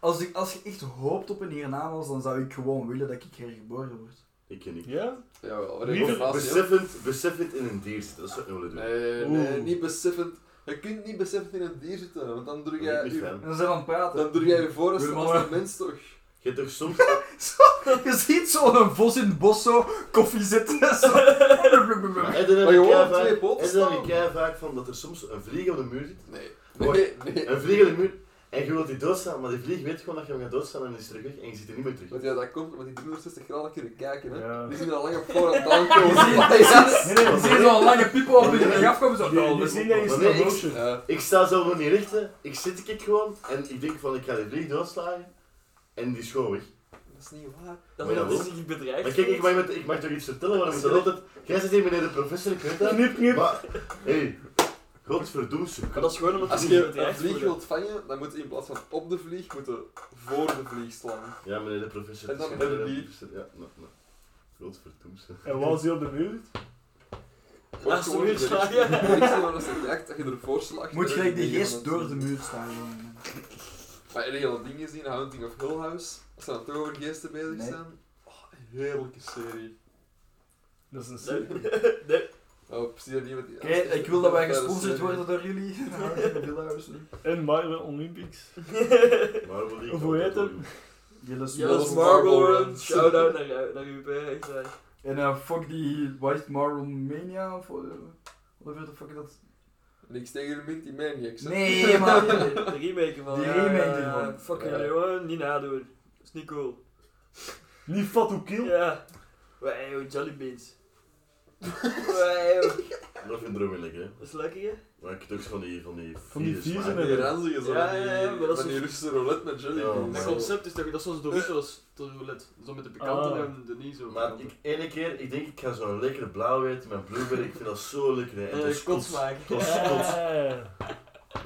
Speaker 3: Als, ik, als je echt hoopt op een hiernamaals, dan zou ik gewoon willen dat ik hergeboren word.
Speaker 4: Ik ken niet.
Speaker 2: Ja?
Speaker 5: Jawel,
Speaker 2: Liever
Speaker 5: reconfirmatie. hè.
Speaker 4: Beseffend, beseffend in een dier zitten, dat zou ik niet willen doen.
Speaker 5: Nee, Eh, nee,
Speaker 2: Oeh.
Speaker 5: niet beseffend. Je kunt niet beseffend in een dier zitten, want dan doe
Speaker 4: Dat vind ik
Speaker 5: jij
Speaker 4: niet
Speaker 5: je,
Speaker 4: fijn.
Speaker 3: En dan zijn we aan het praten.
Speaker 5: dan doe jij je voor als
Speaker 3: Doe
Speaker 5: als
Speaker 3: maar.
Speaker 5: een mens toch.
Speaker 4: Je hebt toch soms...
Speaker 3: Je ziet zo'n vos in het bos zo koffie zitten. [LAUGHS] Zo.
Speaker 4: Maar heb je dan
Speaker 5: Maar
Speaker 4: niet
Speaker 5: gewoon op
Speaker 4: keivaak-
Speaker 5: twee poten
Speaker 4: heb je dan
Speaker 5: staan.
Speaker 4: niet keivaak van dat er soms een vlieg op de muur zit?
Speaker 5: Nee.
Speaker 4: Wacht.
Speaker 5: Nee, nee.
Speaker 4: Een vlieg op de muur, en je wilt die doodstaan, maar die vlieg weet gewoon dat je hem gaat doodstaan en is terug weg en je zit er niet meer terug.
Speaker 5: Want ja, dat komt omdat die 360 graden kunnen kijken, hè.
Speaker 2: Ja.
Speaker 5: Die zien al lang op voorhand aankomen.
Speaker 3: Je
Speaker 2: Nee, nee, nee.
Speaker 3: ziet zo'n lange piepel op je rug afkomen. Zo. Oh,
Speaker 2: Die, die zien dat in
Speaker 4: Maar
Speaker 2: slow
Speaker 4: nee, ik-
Speaker 2: motion.
Speaker 5: Ja.
Speaker 4: Ik sta zo gewoon niet recht, hè. ik zit ik gewoon en ik denk van ik ga die vlieg doodslagen en die is gewoon weg.
Speaker 5: Dat is niet waar.
Speaker 1: Dat
Speaker 4: Maar ja,
Speaker 1: dat is
Speaker 4: wel.
Speaker 1: niet bedreigd.
Speaker 4: Maar kijk, ik mag, met, ik mag toch iets vertellen, waarom is dat altijd... Jij zit hier meneer de professor, ik weet dat.
Speaker 2: Knip, knip.
Speaker 4: Maar, hey, godverdoemd, ze
Speaker 1: Maar dat is gewoon omdat
Speaker 5: Als
Speaker 1: het
Speaker 5: je
Speaker 1: niet
Speaker 5: een
Speaker 1: bedreigd
Speaker 5: vlieg
Speaker 1: wordt. [LAUGHS]
Speaker 5: wilt vangen, dan moet je in plaats van op de vlieg, moet je voor de vlieg slaan.
Speaker 4: Ja, meneer de professor.
Speaker 5: En dan
Speaker 4: het is
Speaker 5: meneer
Speaker 4: meneer
Speaker 5: de
Speaker 4: professor. Ja, nou, nou. Godverdoemd, ze.
Speaker 2: En was hij op de muur?
Speaker 5: Wordt
Speaker 1: Naast de
Speaker 5: gewoon
Speaker 1: muur
Speaker 5: de
Speaker 1: slaan,
Speaker 5: richting-
Speaker 1: ja.
Speaker 5: de richting waar dat ze kijkt, dat je ervoor slaagt.
Speaker 3: Moet
Speaker 5: dan
Speaker 3: gelijk die
Speaker 5: denk je
Speaker 3: geest
Speaker 5: van dat-
Speaker 3: door de muur staan. gewoon.
Speaker 5: Maar heb je al dingen gezien? Haunting of Hill House? Als ze dan toch over geesten bezig
Speaker 3: Nee.
Speaker 5: zijn? Oh, een heerlijke serie.
Speaker 2: Dat is een serie.
Speaker 1: Nee,
Speaker 5: Oh, precies dat iemand...
Speaker 3: Oké, ik wil dat
Speaker 5: [LAUGHS]
Speaker 3: wij
Speaker 5: eh,
Speaker 3: gesponsord worden door jullie.
Speaker 2: En Marvel Olympics.
Speaker 4: Marvel League.
Speaker 2: Of hoe heet hem?
Speaker 3: Jullie
Speaker 1: ja,
Speaker 5: dat
Speaker 1: dat
Speaker 5: is
Speaker 1: is
Speaker 5: Marble
Speaker 1: Marble Run.
Speaker 5: Run.
Speaker 1: Shout-out [LAUGHS] naar, jou- naar UB, echt waar.
Speaker 3: En eh, fuck die White Marble Mania of eh, whatever. Whatever the fuck dat...
Speaker 5: Niks tegen de Minty Maniacs. hè?
Speaker 3: [LAUGHS] Nee, maar...
Speaker 1: De remake van.
Speaker 3: Die
Speaker 1: ja,
Speaker 3: remake
Speaker 1: ja,
Speaker 3: ervan.
Speaker 1: ja. Fuck
Speaker 5: Ja.
Speaker 1: jullie gewoon, niet nadoen. Dat is niet cool.
Speaker 2: Niet Fatou Kill.
Speaker 1: Ja. Wij, joh, Jellybeans. Wij, joh.
Speaker 4: Dat vind ik er ook wel lekker, hè.
Speaker 1: Dat is lekker, hè?
Speaker 4: Maar ik heb ook van die... Van die,
Speaker 2: Van die
Speaker 4: vieze
Speaker 2: vieze
Speaker 4: smaak.
Speaker 5: Van die ranzige zo.
Speaker 1: Ja,
Speaker 5: van die-
Speaker 1: ja, ja, maar dat is
Speaker 5: Van die
Speaker 1: een-
Speaker 5: Russische roulette met jelly.
Speaker 4: Ja,
Speaker 5: beans.
Speaker 1: Dat
Speaker 4: maar-
Speaker 1: concept is toch, dat is zoals Doritos, tot roulette. Zo met de pikante
Speaker 2: Ah.
Speaker 1: en de niet zo.
Speaker 4: Maar ik, ene keer, ik denk ik ga zo'n lekkere blauw eten met blueberry, ik vind dat zo lekker, hè. En dat
Speaker 1: Eh,
Speaker 4: is
Speaker 1: kots
Speaker 4: kots.
Speaker 1: maken.
Speaker 4: Kots, kots.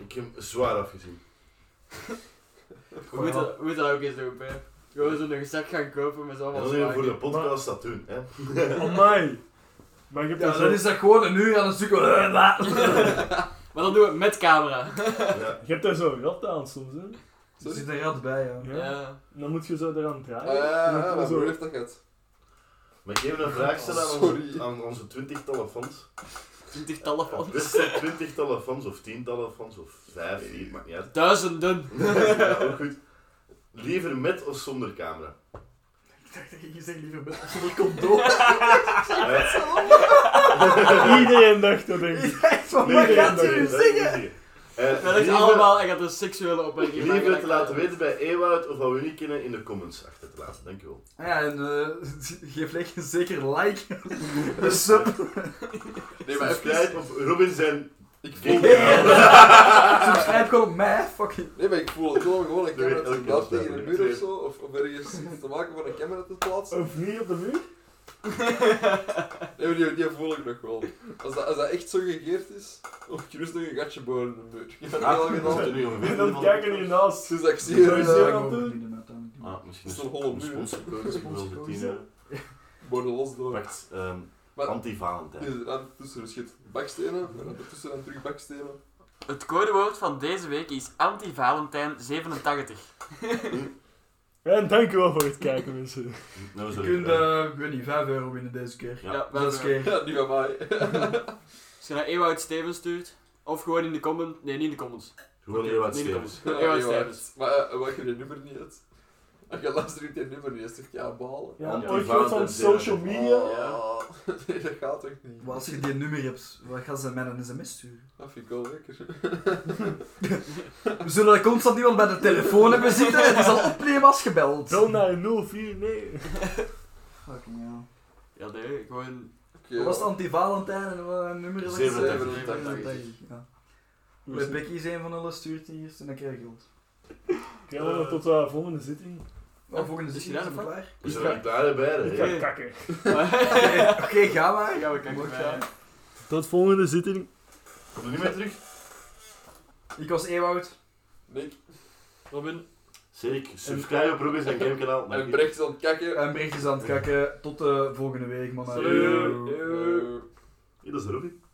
Speaker 4: Ik heb hem zwaar afgezien.
Speaker 1: We moeten, we moeten dat ook eens doen, hè. Gewoon zo'n gezak gaan kopen met z'n
Speaker 4: En
Speaker 1: allemaal
Speaker 4: dan zullen we voor de
Speaker 1: smaken.
Speaker 4: podcast dat doen, hè.
Speaker 2: [LAUGHS] Amai. Maar ik heb
Speaker 3: Ja,
Speaker 2: daar
Speaker 3: dan
Speaker 2: zo...
Speaker 3: is dat gewoon een uur aan een stuk...
Speaker 1: Maar dan doen we het met camera.
Speaker 4: Ja.
Speaker 2: Je hebt daar zo'n rat aan soms, hè?
Speaker 3: Er zit een rat bij, ja.
Speaker 2: Ja.
Speaker 1: Ja.
Speaker 2: En Dan moet je zo eraan
Speaker 5: Ah,
Speaker 2: draaien.
Speaker 5: ja, ja,
Speaker 2: En dan
Speaker 5: ja,
Speaker 2: kan
Speaker 5: mijn
Speaker 2: zo-
Speaker 5: broer heeft dat gehad.
Speaker 4: Maar ik even een vraag stellen aan
Speaker 5: Sorry.
Speaker 4: onze, aan onze twintigtallen fans.
Speaker 1: Twintigtallen
Speaker 4: Ja,
Speaker 1: van.
Speaker 4: dit zijn twintigtallen fans, of tientallen fans, of vijf, vier, maakt niet uit. [LAUGHS]
Speaker 1: Duizenden.
Speaker 4: Ja, ook goed. Liever met of zonder camera?
Speaker 3: Ik dacht dat je zegt liever met zonder condoom. [LAUGHS]
Speaker 4: Eh,
Speaker 2: [LAUGHS] Iedereen dacht dat, denk ik.
Speaker 3: Van,
Speaker 2: Nee,
Speaker 3: wat
Speaker 2: nee,
Speaker 3: gaat ze
Speaker 2: nee,
Speaker 3: nu
Speaker 4: dat is
Speaker 3: zingen?
Speaker 4: niet. Eh,
Speaker 1: Dat is
Speaker 4: liever-
Speaker 1: allemaal, hij gaat een seksuele opmerking maken.
Speaker 4: Liever te laten weten bij Ewout of wat we niet kennen in de comments achter te laten. Dankjewel.
Speaker 3: Ah Ja, en eh, [LAUGHS] geef lekker zeker een like. [LAUGHS] Een sub.
Speaker 5: Nee, maar even...
Speaker 4: Subscribe of Robin zijn...
Speaker 5: Ik
Speaker 3: [LAUGHS]
Speaker 5: voel...
Speaker 3: Subscribe gewoon op mij, fucking.
Speaker 5: Nee, maar ik voel het wel
Speaker 4: [LAUGHS]
Speaker 5: gewoon een
Speaker 4: Dat
Speaker 5: camera
Speaker 4: weet
Speaker 5: te
Speaker 4: elke
Speaker 5: plaatsen
Speaker 4: keer.
Speaker 5: tegen een muur of zo. Of, of ergens iets te maken voor een camera te plaatsen.
Speaker 2: Of niet op de muur?
Speaker 5: Nee, maar die, die voel ik nog wel. Als dat, als dat echt zo gegeerd is, of gerust nog een gatje boren in de muur. Ik heb dat al
Speaker 4: Dat is
Speaker 5: gedaan.
Speaker 2: [LAUGHS]
Speaker 4: nu ongeveer.
Speaker 2: En dan kijken hiernaast.
Speaker 5: Sinds dat ik zie
Speaker 2: Zo is
Speaker 5: je
Speaker 2: het.
Speaker 4: Ah, misschien is
Speaker 5: Dat is een holle
Speaker 4: een
Speaker 5: muur.
Speaker 4: sponsorcode is voor onze
Speaker 3: Sponsorcode.
Speaker 4: tienen.
Speaker 5: worden los door.
Speaker 4: Wacht, ehm,
Speaker 5: Maar
Speaker 4: anti-Valentijn.
Speaker 5: is aan tussen schiet bakstenen, en dan tussen dan terug bakstenen.
Speaker 6: Het codewoord van deze week is anti-Valentijn87.
Speaker 2: En dankjewel voor het kijken, mensen.
Speaker 4: Nou,
Speaker 3: Je
Speaker 4: sorry.
Speaker 3: kunt,
Speaker 4: eh,
Speaker 3: eh, ik weet niet, 5 euro winnen deze keer.
Speaker 4: Ja.
Speaker 6: Ja,
Speaker 3: Zes
Speaker 6: welke-
Speaker 3: keer.
Speaker 5: Ja, die van mij.
Speaker 6: Als je naar Ewout Stevens stuurt, of gewoon in de comments. Nee, niet in de comments.
Speaker 4: Gewoon
Speaker 6: Oké,
Speaker 4: heel wat
Speaker 6: niet in de
Speaker 4: stevens.
Speaker 6: comments.
Speaker 5: Ja,
Speaker 6: Ewout
Speaker 5: ja.
Speaker 6: Stevens.
Speaker 5: Maar eh, wat je die nummer niet hebt. Als je luistert die nummer niet, is het ja balen.
Speaker 2: Ja,
Speaker 4: Ja,
Speaker 2: ooit gehoord van
Speaker 4: Valentine's
Speaker 2: social
Speaker 4: Day.
Speaker 2: media.
Speaker 5: Oh, Ja. [LAUGHS] Nee, dat gaat toch niet.
Speaker 3: Maar als je die nummer hebt, wat gaan ze mij een sms sturen?
Speaker 5: Dat vind ik wel lekker.
Speaker 3: We zullen er constant iemand bij de telefoon hebben zitten en die zal opnemen als gebeld.
Speaker 2: Bel naar 049.
Speaker 3: Fucking hell.
Speaker 6: Ja, nee, gewoon.
Speaker 5: Oké,
Speaker 3: Wat was het anti-Valentijn en wat een nummer is dat?
Speaker 4: 87.
Speaker 3: 87, ja.
Speaker 2: Hoe is
Speaker 3: Met
Speaker 2: het?
Speaker 3: Becky is een van alle stuurt die eerst en dan krijg je geld.
Speaker 2: Kijk, allemaal tot de volgende zitting.
Speaker 3: Maar volgende
Speaker 6: is
Speaker 3: zin
Speaker 6: gedaan,
Speaker 3: is het
Speaker 6: of
Speaker 3: klaar.
Speaker 4: We zijn er klaar bij,
Speaker 2: Ik
Speaker 4: hè?
Speaker 2: ga kakken.
Speaker 3: Oké, [LAUGHS] oké, ga maar.
Speaker 6: Ja, we kijken
Speaker 3: Mocht
Speaker 6: erbij.
Speaker 3: jij.
Speaker 2: Tot volgende zitting.
Speaker 4: Kom er niet meer terug?
Speaker 3: Ik was Ewout.
Speaker 5: Nick,
Speaker 6: Robin,
Speaker 4: Zeker, subscribe op Roggers en Gamekanaal. Dank
Speaker 5: en
Speaker 4: je.
Speaker 5: Brecht is aan het kakken.
Speaker 3: En Brechtjes aan het kakken. Tot de volgende week, mannen.
Speaker 4: Salut.
Speaker 5: Eh,
Speaker 4: Ja, dat is Robbie.